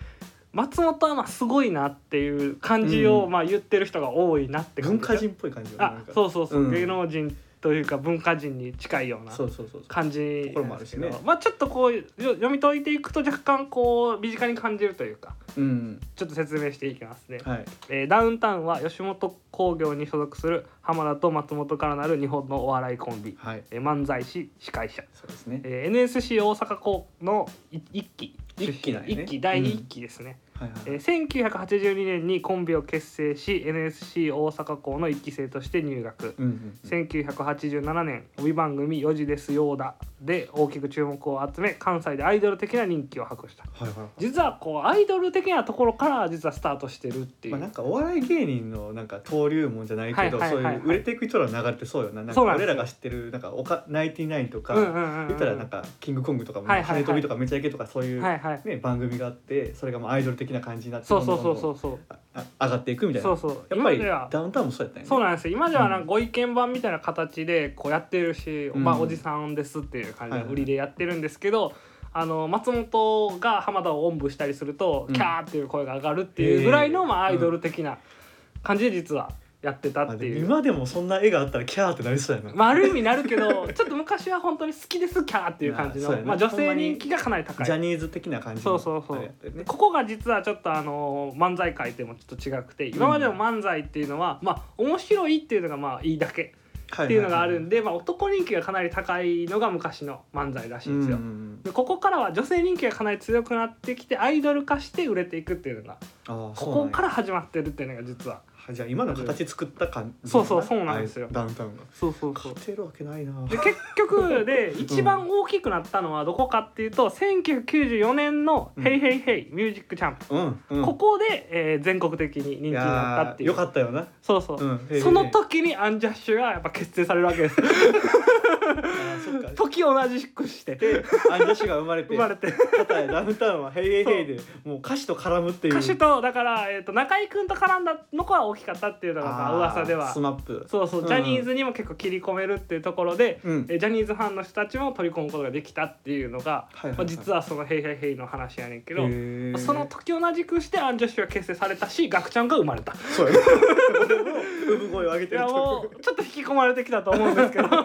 [SPEAKER 2] 松本はまあすごいなっていう感じを
[SPEAKER 1] うん
[SPEAKER 2] まあ言ってる人が多いなって感
[SPEAKER 1] 文
[SPEAKER 2] じ
[SPEAKER 1] 化人っぽい感じよね
[SPEAKER 2] あ
[SPEAKER 1] なんか
[SPEAKER 2] そうそうそう、
[SPEAKER 1] うん
[SPEAKER 2] 芸能人というか文化人に近いような
[SPEAKER 1] そうそうそうそう
[SPEAKER 2] 感じ
[SPEAKER 1] ところもあるしね
[SPEAKER 2] まあちょっとこうよ読み解いていくと若干こう身近に感じるというか
[SPEAKER 1] うん
[SPEAKER 2] ちょっと説明していきますね、
[SPEAKER 1] はい
[SPEAKER 2] えーダウンタウンは吉本興業に所属する浜田と松本からなる日本のお笑いコンビ
[SPEAKER 1] はい
[SPEAKER 2] えー漫才師司会者、
[SPEAKER 1] そうですね
[SPEAKER 2] えー NSC 大阪校のい一期
[SPEAKER 1] 一期なんやね
[SPEAKER 2] 一期第一期ですね、
[SPEAKER 1] はいはい、
[SPEAKER 2] えー1982年にコンビを結成し NSC 大阪校の一期生として入学、
[SPEAKER 1] うんうんうん
[SPEAKER 2] 1987年帯番組「4時ですよーだ」で大きく注目を集め関西でアイドル的な人気を博した
[SPEAKER 1] はいはいはい
[SPEAKER 2] 実はこうアイドル的なところから実はスタートしてるっていう、
[SPEAKER 1] まあ、なんかお笑い芸人のなんか登竜門じゃないけど、
[SPEAKER 2] はいはいはいはい
[SPEAKER 1] そういう売れていく人らの流れってそうよななんか
[SPEAKER 2] そうなんです
[SPEAKER 1] 俺
[SPEAKER 2] よ
[SPEAKER 1] らが知ってるなんかおかナインティナインとか、
[SPEAKER 2] うんうんうんうん
[SPEAKER 1] 言ったらなんかキングコングとかも、
[SPEAKER 2] はいはいは
[SPEAKER 1] 跳
[SPEAKER 2] い
[SPEAKER 1] ね飛びとかめちゃイケとかそういう、
[SPEAKER 2] はいはい
[SPEAKER 1] ね、番組があってそれがまあアイドル的な感じになって
[SPEAKER 2] そうそうそ
[SPEAKER 1] ど
[SPEAKER 2] うそ
[SPEAKER 1] んどんどんどん
[SPEAKER 2] うそう
[SPEAKER 1] ああ上がっていくみたいな
[SPEAKER 2] そうそう
[SPEAKER 1] やっぱ
[SPEAKER 2] 今では
[SPEAKER 1] りダウンタウンもそうやったんやね
[SPEAKER 2] そう
[SPEAKER 1] う
[SPEAKER 2] なんですよ今ではなんかご意見番みたいな形でこうやってるし、
[SPEAKER 1] うん
[SPEAKER 2] まあ、おじさんですっていう感じの売りでやってるんですけど、あの松本が浜田をおんぶしたりすると、
[SPEAKER 1] うん
[SPEAKER 2] キャーっていう声が上がるっていうぐらいの、
[SPEAKER 1] へー
[SPEAKER 2] まあ、アイドル的な感じで実はやってたっていう。
[SPEAKER 1] 今でもそんな絵があったらキャーってなりそうやな、
[SPEAKER 2] まあ、ある意味なるけどちょっと昔は本当に好きですキャーっていう感じ
[SPEAKER 1] あーそう
[SPEAKER 2] の、
[SPEAKER 1] やな
[SPEAKER 2] まあ、女性人気がかなり高
[SPEAKER 1] ジャ
[SPEAKER 2] い
[SPEAKER 1] ニーズ的な感じ
[SPEAKER 2] そ
[SPEAKER 1] の
[SPEAKER 2] うそうそう
[SPEAKER 1] あれやったよね
[SPEAKER 2] ここが実はちょっとあの漫才界でもちょっと違くて今までの漫才っていうのは、まあ面白いっていうのがまあいいだけ
[SPEAKER 1] ははは
[SPEAKER 2] っていうのがあるんで、まあ、男人気がかなり高いのが昔の漫才らしいんですよ。
[SPEAKER 1] うんうん
[SPEAKER 2] でここからは女性人気がかなり強くなってきてアイドル化して売れていくっていうのが
[SPEAKER 1] うんあー
[SPEAKER 2] こ
[SPEAKER 1] そうなん
[SPEAKER 2] こ
[SPEAKER 1] や
[SPEAKER 2] から始まってるっていうのが実は
[SPEAKER 1] はじゃあ今の形作った感じ
[SPEAKER 2] そうそうそうなんですよ
[SPEAKER 1] はいダウンタウンが
[SPEAKER 2] そうそう
[SPEAKER 1] 勝てるわけないな
[SPEAKER 2] で結局で一番大きくなったのはどこかっていうと1994年の「
[SPEAKER 1] うん
[SPEAKER 2] ヘイヘイヘイミュージックチャンプ
[SPEAKER 1] うんうん」
[SPEAKER 2] ここで、えー全国的に人気に
[SPEAKER 1] い
[SPEAKER 2] なった
[SPEAKER 1] や
[SPEAKER 2] って
[SPEAKER 1] ー
[SPEAKER 2] いう
[SPEAKER 1] よかったよな
[SPEAKER 2] そうそう、
[SPEAKER 1] うんへー
[SPEAKER 2] その時にアンジャッシュがやっぱ結成されるわけ です
[SPEAKER 1] あーそっか
[SPEAKER 2] 時を同じくして
[SPEAKER 1] でアンジャッシュが生まれて
[SPEAKER 2] 生まれて
[SPEAKER 1] 片やダウンタウンは「ヘイヘイヘイ」でもう歌詞と絡むっていう
[SPEAKER 2] 歌手とだから、えー、と中居君と絡んだの子は大きかったっていうのがまあ
[SPEAKER 1] あー
[SPEAKER 2] 噂では
[SPEAKER 1] スマップ
[SPEAKER 2] そうそう、
[SPEAKER 1] うん
[SPEAKER 2] ジャニーズにも結構切り込めるっていうところで、
[SPEAKER 1] うん
[SPEAKER 2] えージャニーズファンの人たちも取り込むことができたっていうのが、
[SPEAKER 1] はいはいはい
[SPEAKER 2] まあ、実はその「ヘイヘイヘイの話やねんけど、
[SPEAKER 1] へー
[SPEAKER 2] その時同じくしてアンジャッシュが結成されたしガクちゃんが生ま れた。
[SPEAKER 1] そう やね俺も 産声を上げ
[SPEAKER 2] い
[SPEAKER 1] てる
[SPEAKER 2] や
[SPEAKER 1] と
[SPEAKER 2] もうちょっと引き込まれてきたと思うんですけど、
[SPEAKER 1] なん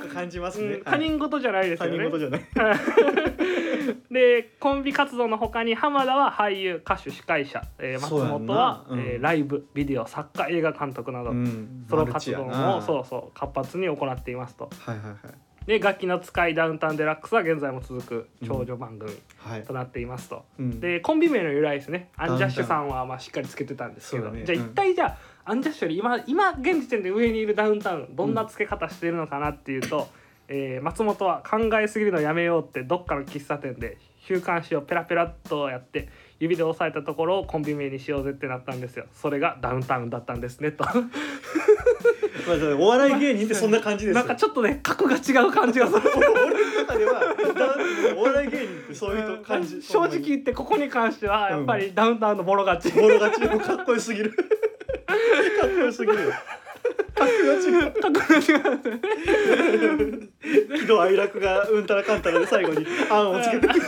[SPEAKER 1] か感じます
[SPEAKER 2] う
[SPEAKER 1] ね
[SPEAKER 2] ん、他人事じゃないです
[SPEAKER 1] 他
[SPEAKER 2] よ
[SPEAKER 1] 人
[SPEAKER 2] ね
[SPEAKER 1] 事。じゃない
[SPEAKER 2] でコンビ活動の他に浜田は俳優歌手司会者、えー松
[SPEAKER 1] そうやんな
[SPEAKER 2] 本は、
[SPEAKER 1] うん
[SPEAKER 2] えーライブビデオ作家映画監督など、
[SPEAKER 1] うん
[SPEAKER 2] ソロ活
[SPEAKER 1] マ
[SPEAKER 2] 動
[SPEAKER 1] ルチや
[SPEAKER 2] も
[SPEAKER 1] な
[SPEAKER 2] そうそう活発に行っていますと
[SPEAKER 1] はいはいはい
[SPEAKER 2] で「楽器の使いダウンタウンデラックス」は現在も続く長女番組
[SPEAKER 1] はい
[SPEAKER 2] となっていますと、
[SPEAKER 1] うん
[SPEAKER 2] でコンビ名の由来ですねアンジャッシュ
[SPEAKER 1] ダ
[SPEAKER 2] さ
[SPEAKER 1] ウ
[SPEAKER 2] んはまあしっかりつけてたんですけ
[SPEAKER 1] そ
[SPEAKER 2] ど、
[SPEAKER 1] うだね
[SPEAKER 2] じゃあ一体じゃあ、アンジャッシュより今今現時点で上にいるダウンタウンどんなつけ方してるのかなっていうと、えー松本は「考えすぎるのやめよう」ってどっかの喫茶店で週刊誌をペラペラっとやって指で押さえたところをコンビ名にしようぜってなったんですよそれがダウンタウンだったんですねと
[SPEAKER 1] まあそれお笑い芸人ってそんな感じですよ
[SPEAKER 2] なんかちょっとね格が違う感じがする
[SPEAKER 1] 俺の中ではだお笑い芸人ってそういうと感じ
[SPEAKER 2] 正直言ってここに関してはやっぱりダウンタウンのボロ勝ち、
[SPEAKER 1] ボロ勝ちもかっこよすぎるかっこよすぎる喜怒哀楽がうんたらかんたらで最後に案をつけてくる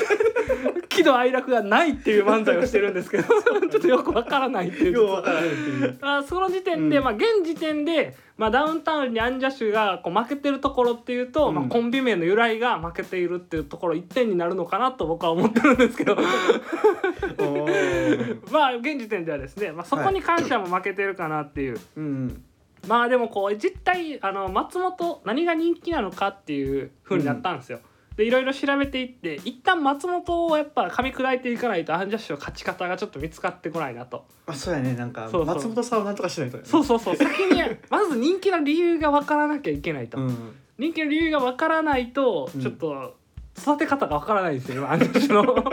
[SPEAKER 2] 喜喜怒哀楽がないっていう漫才をしてるんですけどちょっとよくわからないっていう
[SPEAKER 1] ようわからへんっていう。
[SPEAKER 2] あその時点で、
[SPEAKER 1] うん
[SPEAKER 2] まあ、現時点で、まあ、ダウンタウンにアンジャッシュがこう負けてるところっていうと、
[SPEAKER 1] うん
[SPEAKER 2] まあ、コンビ名の由来が負けているっていうところ一点になるのかなと僕は思ってるんですけど
[SPEAKER 1] おー
[SPEAKER 2] まあ現時点ではですね、まあ、そこに感謝も負けてるかなっていう、
[SPEAKER 1] うん
[SPEAKER 2] まあでもこう実態あの松本何が人気なのかっていう風になったんですよ。でいろいろ調べていって一旦松本をやっぱ噛み砕いていかないとアンジャッシュの勝ち方がちょっと見つかってこないなと。
[SPEAKER 1] あそうやねなんか
[SPEAKER 2] そうそう
[SPEAKER 1] 松本さんをなんとかしないとね。
[SPEAKER 2] そうそうそう先にまず人気の理由が分からなきゃいけないと、
[SPEAKER 1] うん。
[SPEAKER 2] 人気の理由が分からないと
[SPEAKER 1] うん
[SPEAKER 2] ちょっと育て方が分からないんですよ、あの 人のこの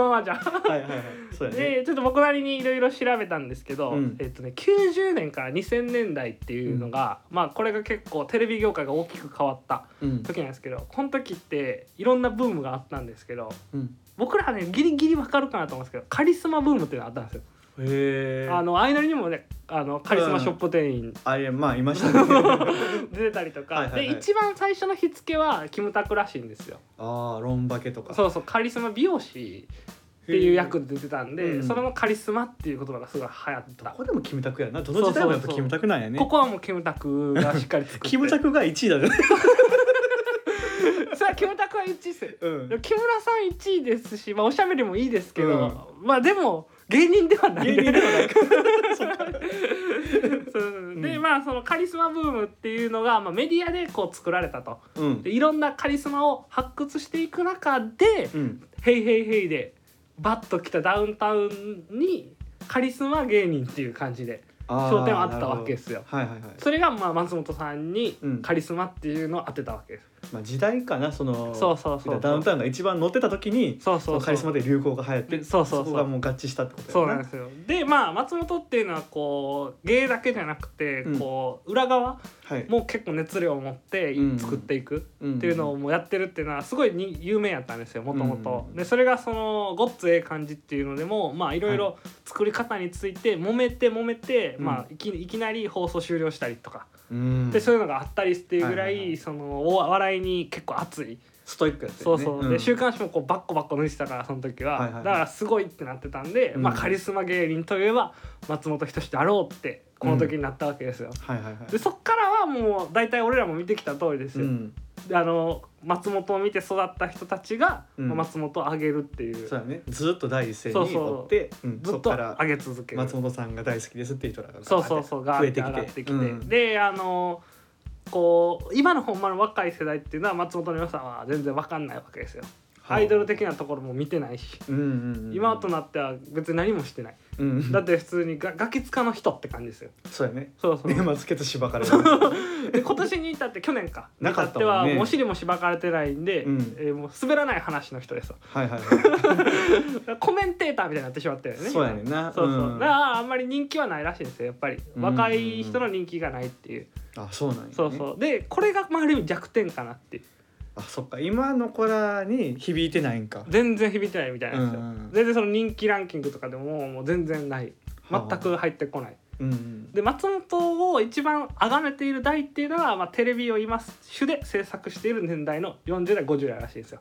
[SPEAKER 2] ままじゃ。
[SPEAKER 1] はいはいはい。そうやね。
[SPEAKER 2] でちょっと僕なりにいろいろ調べたんですけど、
[SPEAKER 1] うん
[SPEAKER 2] えっとね、90年から2000年代っていうのが、まあこれが結構テレビ業界が大きく変わった
[SPEAKER 1] うん
[SPEAKER 2] 時なんですけどこの時っていろんなブームがあったんですけど
[SPEAKER 1] うん。
[SPEAKER 2] 僕らはねギリギリ分かるかなと思うんですけどカリスマブームっていうのがあったんですよ。
[SPEAKER 1] へえ。
[SPEAKER 2] あのアイドルにもねあのカリスマショップ店員
[SPEAKER 1] あれまあいました ね。
[SPEAKER 2] 出てたりとか、
[SPEAKER 1] はいはいはい
[SPEAKER 2] で一番最初の火付けはキムタクらしいんですよ
[SPEAKER 1] ああロンバケとか。
[SPEAKER 2] そうそうカリスマ美容師っていう役で出てたん
[SPEAKER 1] へ
[SPEAKER 2] で、
[SPEAKER 1] ー
[SPEAKER 2] それのカリスマっていう言葉がすごい流行った、
[SPEAKER 1] ここでもキムタクやな。どの時代もやっぱキムタクなんやね。
[SPEAKER 2] ここはもうキムタクがしっかり作って
[SPEAKER 1] キムタクが一位だね。
[SPEAKER 2] さあキムタクは1位ですよ
[SPEAKER 1] うん
[SPEAKER 2] でも木村さん1位ですし、まあ、おしゃべりもいいですけど、まあでも 芸人ではない
[SPEAKER 1] 芸人ではないか。
[SPEAKER 2] そうそうそうで
[SPEAKER 1] うん
[SPEAKER 2] まあそのカリスマブームっていうのが、まあ、メディアでこう作られたと
[SPEAKER 1] うん
[SPEAKER 2] で。いろんなカリスマを発掘していく中で
[SPEAKER 1] うん。
[SPEAKER 2] ヘイヘイヘイでバッと来たダウンタウンにカリスマ芸人っていう感じで
[SPEAKER 1] あー
[SPEAKER 2] 焦点あったわけですよ。
[SPEAKER 1] なるほどはいはいはい。
[SPEAKER 2] それがまあ松本さんに
[SPEAKER 1] うん
[SPEAKER 2] カリスマっていうのを当てたわけです。
[SPEAKER 1] まあ時代かなその。
[SPEAKER 2] そうそうそう
[SPEAKER 1] ダウンタウンが一番乗ってた時に。
[SPEAKER 2] そうそうそう
[SPEAKER 1] カリスマで流行が流行って
[SPEAKER 2] そうそうそう
[SPEAKER 1] こがもう合致したってこと
[SPEAKER 2] そう
[SPEAKER 1] や
[SPEAKER 2] なんですよでまあ松本っていうのはこう芸だけじゃなくて
[SPEAKER 1] うん
[SPEAKER 2] こう裏側
[SPEAKER 1] はい
[SPEAKER 2] も結構熱量を持って
[SPEAKER 1] うん
[SPEAKER 2] 作っていく
[SPEAKER 1] っ
[SPEAKER 2] っていうのをもうやってるっていうのはすごいに有名やったんですよもともと
[SPEAKER 1] う。ん
[SPEAKER 2] でそれがその「ごっつええ感じ」っていうのでもまあいろいろ作り方について揉めて揉めて、
[SPEAKER 1] うん
[SPEAKER 2] まあ、いきいきなり放送終了したりとか、
[SPEAKER 1] うん
[SPEAKER 2] でそういうのがあったりっていうぐら
[SPEAKER 1] はい
[SPEAKER 2] い,、
[SPEAKER 1] はいはい
[SPEAKER 2] そのお笑いに結構熱い
[SPEAKER 1] ストイックやって
[SPEAKER 2] そうそう、で週
[SPEAKER 1] 間
[SPEAKER 2] 刊誌もこうバッコバッコ抜いてたからその時
[SPEAKER 1] はい
[SPEAKER 2] は,、
[SPEAKER 1] はいはい
[SPEAKER 2] だからすごいってなってたんで、
[SPEAKER 1] うん
[SPEAKER 2] まあ、カリスマ芸人といえば松本人志だろうってこの時になったわけですよ。
[SPEAKER 1] はいはいはい
[SPEAKER 2] でそっからはもう大体俺らも見てきた通りです
[SPEAKER 1] う
[SPEAKER 2] よ、
[SPEAKER 1] ん
[SPEAKER 2] であの松本を見て育った人たちが、
[SPEAKER 1] うん
[SPEAKER 2] まあ松本を上げるっていう
[SPEAKER 1] そうだねずっと第一線に
[SPEAKER 2] そうそう
[SPEAKER 1] おってうん
[SPEAKER 2] ず
[SPEAKER 1] そ
[SPEAKER 2] っ
[SPEAKER 1] っ
[SPEAKER 2] と
[SPEAKER 1] から
[SPEAKER 2] 上げ続ける
[SPEAKER 1] 松本さんが大好きですっていう人らが
[SPEAKER 2] そうそうそうガ
[SPEAKER 1] 増
[SPEAKER 2] ー
[SPEAKER 1] え
[SPEAKER 2] っ
[SPEAKER 1] て
[SPEAKER 2] て上
[SPEAKER 1] き
[SPEAKER 2] がっててきて、
[SPEAKER 1] うん
[SPEAKER 2] であのこう今のほんまの若い世代っていうのは松本の良さは全然わかんないわけですよアイドル的なところも見てないし、
[SPEAKER 1] うんうんうん
[SPEAKER 2] 今となっては別に何もしてない
[SPEAKER 1] うん
[SPEAKER 2] だって普通にがガキ使の人って感じですよ
[SPEAKER 1] そうやね
[SPEAKER 2] そうそう、
[SPEAKER 1] ねマツケと芝 から
[SPEAKER 2] で今年に至って去年か
[SPEAKER 1] なか
[SPEAKER 2] 至
[SPEAKER 1] っ
[SPEAKER 2] ったて
[SPEAKER 1] も
[SPEAKER 2] は
[SPEAKER 1] んね
[SPEAKER 2] もうお尻もしばかれてないんで、
[SPEAKER 1] うん
[SPEAKER 2] えーもう滑らない話の人ですよ
[SPEAKER 1] はいはいは
[SPEAKER 2] コメンテーターみたいになってしまったよ
[SPEAKER 1] い
[SPEAKER 2] ね
[SPEAKER 1] そうやねんな
[SPEAKER 2] そうそう、
[SPEAKER 1] ん
[SPEAKER 2] だからあんまり人気はないらしいんですよやっぱり
[SPEAKER 1] うん
[SPEAKER 2] 若い人の人気がないっていう、
[SPEAKER 1] あそうなんやね
[SPEAKER 2] そうそうでこれがまあある意味弱点かなっていう
[SPEAKER 1] あそっか今の子らに響いてないんか
[SPEAKER 2] 全然響いてないみたいなんですよ、
[SPEAKER 1] うんうん
[SPEAKER 2] 全然その人気ランキングとかでももう全然ない
[SPEAKER 1] はあ
[SPEAKER 2] 全く入ってこない
[SPEAKER 1] うんうん
[SPEAKER 2] で松本を一番崇めている代っていうのは、まあ、テレビを今主で制作している年代の40代50代らしいですよ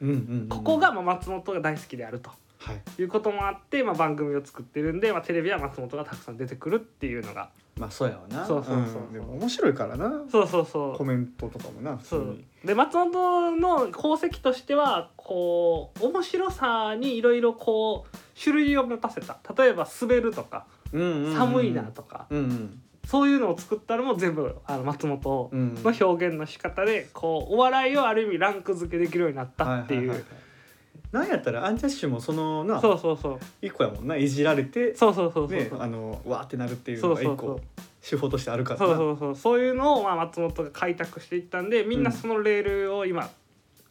[SPEAKER 1] うんうんうん
[SPEAKER 2] ここがまあ松本が大好きであると
[SPEAKER 1] はい
[SPEAKER 2] いうこともあって、まあ、番組を作ってるんで、まあ、テレビは松本がたくさん出てくるっていうのが
[SPEAKER 1] まあそうやわな
[SPEAKER 2] そうそうそうそうん
[SPEAKER 1] でも面白いからな
[SPEAKER 2] そうそうそう
[SPEAKER 1] コメントとかもな普通
[SPEAKER 2] そ
[SPEAKER 1] に
[SPEAKER 2] うで松本の功績としてはこう面白さにいろいろこう種類を持たせた例えば滑るとか
[SPEAKER 1] うんうんうん
[SPEAKER 2] 寒いなとか、
[SPEAKER 1] うん
[SPEAKER 2] そういうのを作ったのも全部あの松本
[SPEAKER 1] うんうん
[SPEAKER 2] の表現の仕方でこうお笑いをある意味ランク付けできるようになったっていう、
[SPEAKER 1] ははははなんやったらアンジャッシュもそのな
[SPEAKER 2] そうそうそう
[SPEAKER 1] 一個やもんないじられて
[SPEAKER 2] そうそうそうそうそう、
[SPEAKER 1] ねあのわーってなるっていう
[SPEAKER 2] そ
[SPEAKER 1] の
[SPEAKER 2] う
[SPEAKER 1] が
[SPEAKER 2] そ
[SPEAKER 1] 一
[SPEAKER 2] うそう
[SPEAKER 1] 個手法としてあるから
[SPEAKER 2] そう
[SPEAKER 1] な
[SPEAKER 2] そうそうそういうのをまあ松本が開拓していったんでみんなそのレールを今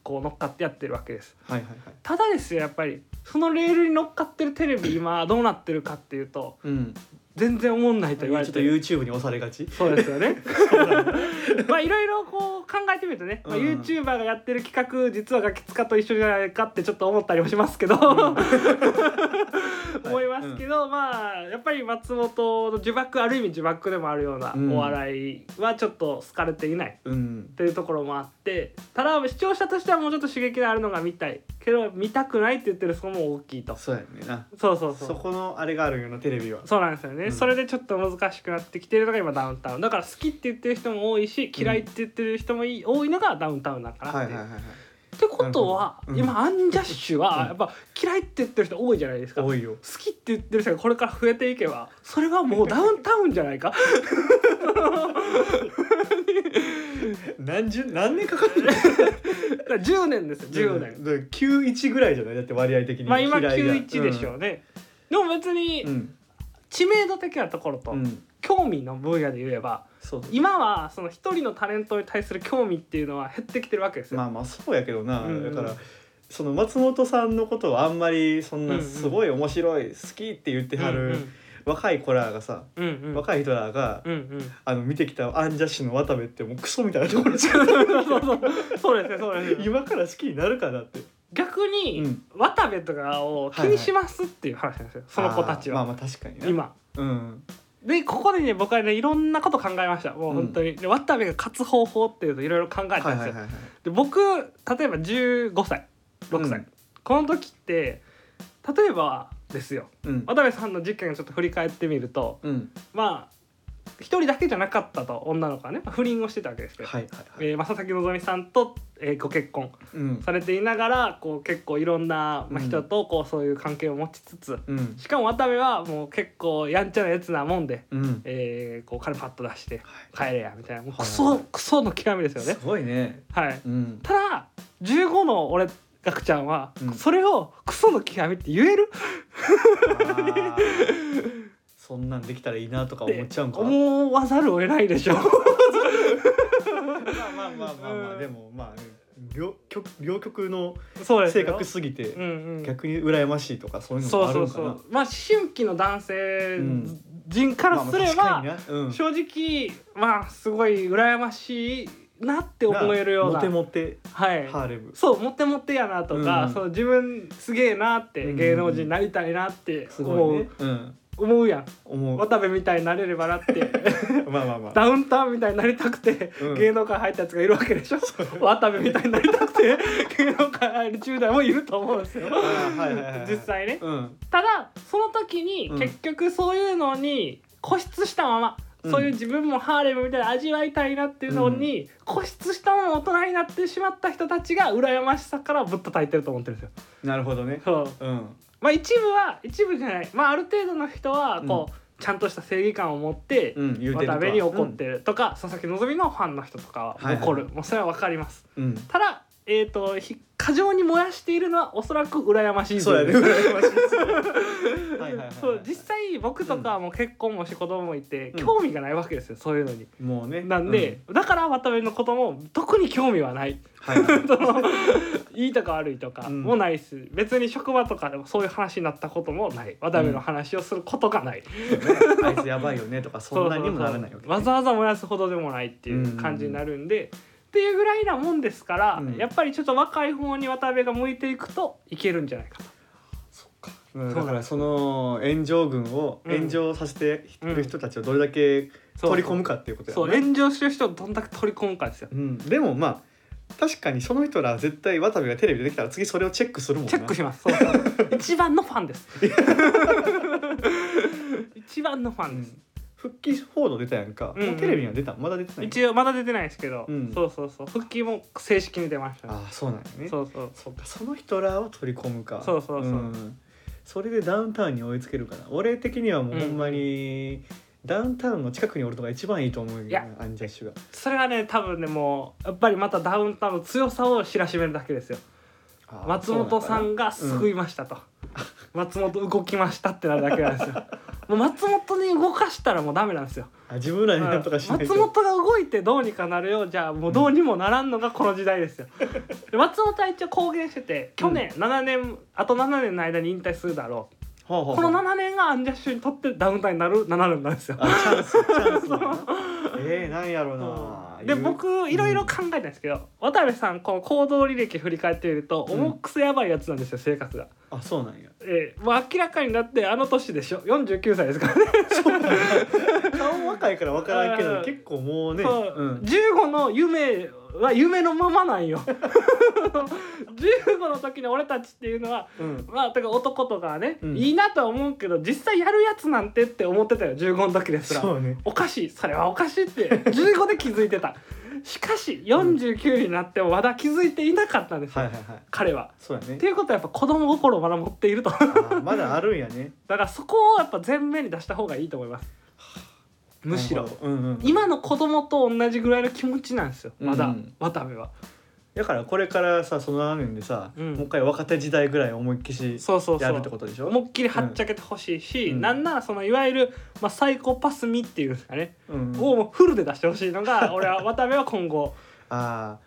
[SPEAKER 2] こう乗っかってやってるわけです。
[SPEAKER 1] はいはいはい
[SPEAKER 2] ただですよやっぱりそのレールに乗っかってるテレビ今どうなってるかっていうと
[SPEAKER 1] うん
[SPEAKER 2] 全然思んない
[SPEAKER 1] ち
[SPEAKER 2] と
[SPEAKER 1] ょ
[SPEAKER 2] 言
[SPEAKER 1] っ
[SPEAKER 2] われ
[SPEAKER 1] と
[SPEAKER 2] てる
[SPEAKER 1] YouTube に押されがち
[SPEAKER 2] そうですよねまあいろいろこう考えてみるとね、まあ、
[SPEAKER 1] うん
[SPEAKER 2] YouTuber がやってる企画実はガキ使と一緒じゃないかってちょっと思ったりもしますけど思いますけど、まあやっぱり松本の呪縛ある意味呪縛でもあるような
[SPEAKER 1] うん
[SPEAKER 2] お笑いはちょっと好かれていない
[SPEAKER 1] うん
[SPEAKER 2] というところもあってただ視聴者としてはもうちょっと刺激のあるのが見たいけど見たくないって言ってるそこも大きいと
[SPEAKER 1] そうやねんな
[SPEAKER 2] そうそうそう
[SPEAKER 1] そこのあれがあるよなテレビは
[SPEAKER 2] そうなんですよね、
[SPEAKER 1] うん
[SPEAKER 2] それでちょっと難しくなってきてるのが今ダウンタウンだから好きって言ってる人も多いし嫌いって言ってる人もいい、多いのがダウンタウンだからって、
[SPEAKER 1] はいいうはいはいはい
[SPEAKER 2] ってことは、
[SPEAKER 1] なるほどうん
[SPEAKER 2] 今アンジャッシュ
[SPEAKER 1] う
[SPEAKER 2] は
[SPEAKER 1] ん
[SPEAKER 2] やっぱ嫌いって言ってる人多いじゃないですか、
[SPEAKER 1] 多
[SPEAKER 2] 好
[SPEAKER 1] いよ
[SPEAKER 2] きって言ってる人がこれから増えていけばそれはもうダウンタウンじゃな いか
[SPEAKER 1] 何十何年かかってる
[SPEAKER 2] だから10年ですよ10年、
[SPEAKER 1] 九一ぐらいじゃないだって割合的に
[SPEAKER 2] まあ今
[SPEAKER 1] 嫌いが
[SPEAKER 2] 91でしょうね、でも別に
[SPEAKER 1] うん
[SPEAKER 2] 知名度的なところと、
[SPEAKER 1] うん、うん
[SPEAKER 2] 興味の分野で言えば
[SPEAKER 1] そうそう
[SPEAKER 2] 今はその一人のタレントに対する興味っていうのは減ってきてるわけですよ、
[SPEAKER 1] まあまあそうやけどな、
[SPEAKER 2] うんうん
[SPEAKER 1] だからその松本さんのことをあんまりそんなすごい面白い、好きって言ってはる若い子らがさ、
[SPEAKER 2] うんうんうん
[SPEAKER 1] 若い人らが、
[SPEAKER 2] うん うん
[SPEAKER 1] あの見てきたアンジャッシュの渡部ってもうクソみたいなところ
[SPEAKER 2] そうそうそうそうですねそうですね
[SPEAKER 1] 今から好きになるかなって
[SPEAKER 2] 逆に、
[SPEAKER 1] うん
[SPEAKER 2] 渡部とかを気にしますっていう話なんですよ、その子たち
[SPEAKER 1] あー
[SPEAKER 2] は、
[SPEAKER 1] まあまあ確かにな
[SPEAKER 2] 今
[SPEAKER 1] うん
[SPEAKER 2] でここでね僕はねいろんなこと考えましたもう本当に、で渡部が勝つ方法っていうのをいろいろ考えたんですよ、
[SPEAKER 1] はいはいはいはい
[SPEAKER 2] で僕例えば15歳6歳、
[SPEAKER 1] うん
[SPEAKER 2] この時って例えばですよ
[SPEAKER 1] うん
[SPEAKER 2] 渡部さんの事件をちょっと振り返ってみると
[SPEAKER 1] うん
[SPEAKER 2] まあ一人だけじゃなかったと女の子はね不倫をしてたわけですけど、
[SPEAKER 1] はいはいはい
[SPEAKER 2] えー、まあ佐々木希さんと、えーご結婚
[SPEAKER 1] うん
[SPEAKER 2] されていながらこう結構いろんな、まあ、
[SPEAKER 1] うん
[SPEAKER 2] 人とこうそういう関係を持ちつつ、
[SPEAKER 1] うん
[SPEAKER 2] しかも渡部はもう結構やんちゃなやつなもんで、
[SPEAKER 1] うん
[SPEAKER 2] えーこう金パッと出して
[SPEAKER 1] は
[SPEAKER 2] 帰れやみたいなもうク
[SPEAKER 1] はい
[SPEAKER 2] ソ
[SPEAKER 1] はい
[SPEAKER 2] クソの極みです
[SPEAKER 1] い
[SPEAKER 2] よ
[SPEAKER 1] す
[SPEAKER 2] ね。
[SPEAKER 1] ごいね
[SPEAKER 2] はい、
[SPEAKER 1] うん
[SPEAKER 2] ただ15の俺ガクちゃんは、
[SPEAKER 1] うん
[SPEAKER 2] それをクソの極みって言える
[SPEAKER 1] あーそんなんできたらいいなとか思っちゃうんかな
[SPEAKER 2] 思わざるを得ないでしょ
[SPEAKER 1] まあまあまあまあまあ、
[SPEAKER 2] うん
[SPEAKER 1] でもまあ両極両極の
[SPEAKER 2] そうです
[SPEAKER 1] 性
[SPEAKER 2] よ
[SPEAKER 1] 格すぎて、
[SPEAKER 2] うんうん、
[SPEAKER 1] 逆に羨ましいとかそういうの
[SPEAKER 2] そ
[SPEAKER 1] も
[SPEAKER 2] う
[SPEAKER 1] あ
[SPEAKER 2] そ
[SPEAKER 1] る
[SPEAKER 2] うん
[SPEAKER 1] か
[SPEAKER 2] そ
[SPEAKER 1] な。
[SPEAKER 2] うまあ思春期の男性
[SPEAKER 1] うん
[SPEAKER 2] 人からすれば、
[SPEAKER 1] まあまあ確かになうん、
[SPEAKER 2] 正直まあすごい羨ましいなって思えるような
[SPEAKER 1] なモテ
[SPEAKER 2] はい
[SPEAKER 1] モテハーレム。
[SPEAKER 2] そうモテモテやなとか、
[SPEAKER 1] うん
[SPEAKER 2] そう自分すげえなって、
[SPEAKER 1] うん
[SPEAKER 2] 芸能人になりたいなって
[SPEAKER 1] す
[SPEAKER 2] 思
[SPEAKER 1] ご
[SPEAKER 2] う,、
[SPEAKER 1] いね。うん。
[SPEAKER 2] 思うやん
[SPEAKER 1] 思う。
[SPEAKER 2] 渡部みたいになれればなって
[SPEAKER 1] まあまあまあ。
[SPEAKER 2] ダウンタウンみたいになりたくて、
[SPEAKER 1] うん
[SPEAKER 2] 芸能界入ったやつがいるわけでしょ渡部みたいになりたくて芸能界入る10代もいると思うんですよ
[SPEAKER 1] あーはいはいはいはい
[SPEAKER 2] 実際ね、
[SPEAKER 1] うん。
[SPEAKER 2] ただその時に
[SPEAKER 1] うん
[SPEAKER 2] 結局そういうのに固執したまま、
[SPEAKER 1] うん
[SPEAKER 2] そういう自分もハーレムみたいな味わいたいなっていうのに固執したまま大人になってしまった人たちが羨ましさからぶったたいてると思ってるんですよ。
[SPEAKER 1] なるほどね。
[SPEAKER 2] そう
[SPEAKER 1] うん。
[SPEAKER 2] まあ、一部は一部じゃない、まあ、ある程度の人はこう、ちゃんとした正義感を持って
[SPEAKER 1] うん。言うてると
[SPEAKER 2] 渡
[SPEAKER 1] は
[SPEAKER 2] 部に怒ってるとか、佐々木希のファンの人とかは怒る、
[SPEAKER 1] はい
[SPEAKER 2] もうそれは分かります。
[SPEAKER 1] うん。
[SPEAKER 2] ただ、えー、とひ過剰に燃やしているのはおそらく羨まし
[SPEAKER 1] うん
[SPEAKER 2] い
[SPEAKER 1] そうやね。
[SPEAKER 2] です
[SPEAKER 1] 羨ましい ですね。はいはいはいはい。
[SPEAKER 2] そう実際僕とかはもう結婚もし子供もいて、
[SPEAKER 1] うん
[SPEAKER 2] 興味がないわけですよそういうのに。
[SPEAKER 1] もうね。
[SPEAKER 2] なんで、だから渡辺のことも特に興味 はない
[SPEAKER 1] うん。はいはい。
[SPEAKER 2] そのいいとか悪いとか
[SPEAKER 1] うん
[SPEAKER 2] もないし、別に職場とかでもそういう話になったこともない渡辺の話をすることがない、
[SPEAKER 1] あいつやばいよねとか そんなにもならないわけね。
[SPEAKER 2] わざわざ燃やすほどでもないっていう感じになるんで。っていうぐらいなもんですから、
[SPEAKER 1] うん
[SPEAKER 2] やっぱりちょっと若い方に渡辺が向いていくといけるんじゃないかと。
[SPEAKER 1] うんだからその炎上群を
[SPEAKER 2] うん
[SPEAKER 1] 炎上させてる人たちをどれだけ
[SPEAKER 2] そう
[SPEAKER 1] 取り込むかっていうことや
[SPEAKER 2] そう炎上してる人をどんだけ取り込むかですよ。
[SPEAKER 1] うん、でもまあ確かにその人らは絶対渡部がテレビ出てきたら次それをチェックするもんな
[SPEAKER 2] チェックします。そうそう 一番のファンです。一番のファ
[SPEAKER 1] う
[SPEAKER 2] ンです
[SPEAKER 1] ん。復帰報道出たやんか、
[SPEAKER 2] うんうん
[SPEAKER 1] もうテレビには出たまだ出てない
[SPEAKER 2] 一応まだ出てないですけど、
[SPEAKER 1] うん
[SPEAKER 2] そうそうそう。復帰も正式に出ましたね、
[SPEAKER 1] ああそうなんやねそ
[SPEAKER 2] そうそう。
[SPEAKER 1] っかその人らを取り込むか
[SPEAKER 2] そうそうそうん
[SPEAKER 1] それでダウンタウンに追いつけるかな俺的にはもうほんまに、ダウンタウンの近くにおるのが一番いいと思うよ
[SPEAKER 2] いや
[SPEAKER 1] アンジャッシュが
[SPEAKER 2] それがね、多分ね、もうやっぱりまたダウンタウンの強さを知らしめるだけですよ。
[SPEAKER 1] ああ
[SPEAKER 2] 松本さんが
[SPEAKER 1] そうなんだ
[SPEAKER 2] 救いましたと。松本動きましたってなるだけなん ですよ。もう松本に動かしたらもうダメなんですよ。
[SPEAKER 1] あ自分らになんとかしない
[SPEAKER 2] 松
[SPEAKER 1] と
[SPEAKER 2] 本が動いてどうにかなるようじゃもうどうにもならんのがこの時代です よで松本は一応公言してて去年7年、あと7年の間に引退するだろう
[SPEAKER 1] ほうほうほう
[SPEAKER 2] この7年がアンジャッシュにとってダウンタウンになる7年なんですよ
[SPEAKER 1] あチャンスチャンス なんやなえー、なんやろうな、
[SPEAKER 2] で
[SPEAKER 1] 言う
[SPEAKER 2] 僕いろいろ考えたんですけど、渡部さんこの行動履歴振り返ってみると
[SPEAKER 1] うん
[SPEAKER 2] 重くせやばいやつなんですよ生活が、
[SPEAKER 1] あそうなんや
[SPEAKER 2] えーもう明らかになってあの年でしょ49歳ですからね
[SPEAKER 1] 顔も若いから分からんけ
[SPEAKER 2] う
[SPEAKER 1] ど
[SPEAKER 2] ん
[SPEAKER 1] 結構もうね、
[SPEAKER 2] そう
[SPEAKER 1] うん、
[SPEAKER 2] 15の夢は夢のままなんよ 15の時の俺たちっていうのは
[SPEAKER 1] うん、
[SPEAKER 2] まあ、てか男とかはね、
[SPEAKER 1] うん
[SPEAKER 2] いいなとは思うけど実際やるやつなんてって思ってたよ15の時ですら
[SPEAKER 1] そうね
[SPEAKER 2] おかしいそれはおかしいって15で気づいてたしかし49になってもまだ気づいていなかったんですよ、
[SPEAKER 1] はいはいはい
[SPEAKER 2] 彼は。
[SPEAKER 1] そうやね
[SPEAKER 2] っていうことはやっぱ子供心をまだ持っていると だ
[SPEAKER 1] あ
[SPEAKER 2] か
[SPEAKER 1] ーまだあるんやね
[SPEAKER 2] らそこをやっぱ前面に出した方がいいと思います むしろ
[SPEAKER 1] なるほどうんうん、
[SPEAKER 2] 今の子供と同じぐらいの気持ちなんですよまだ、
[SPEAKER 1] うん
[SPEAKER 2] 渡部は
[SPEAKER 1] だからこれからさその7年でさ、
[SPEAKER 2] うん
[SPEAKER 1] もう一回若手時代ぐらい思いっきし
[SPEAKER 2] そうそうそう
[SPEAKER 1] やるってことでしょ
[SPEAKER 2] 思いっきりはっちゃけてほしいし、
[SPEAKER 1] うん
[SPEAKER 2] なんならそのいわゆる、まあ、サイコパス味っていうんですかね、
[SPEAKER 1] うん
[SPEAKER 2] をもうフルで出してほしい のが俺は渡部は今後
[SPEAKER 1] あ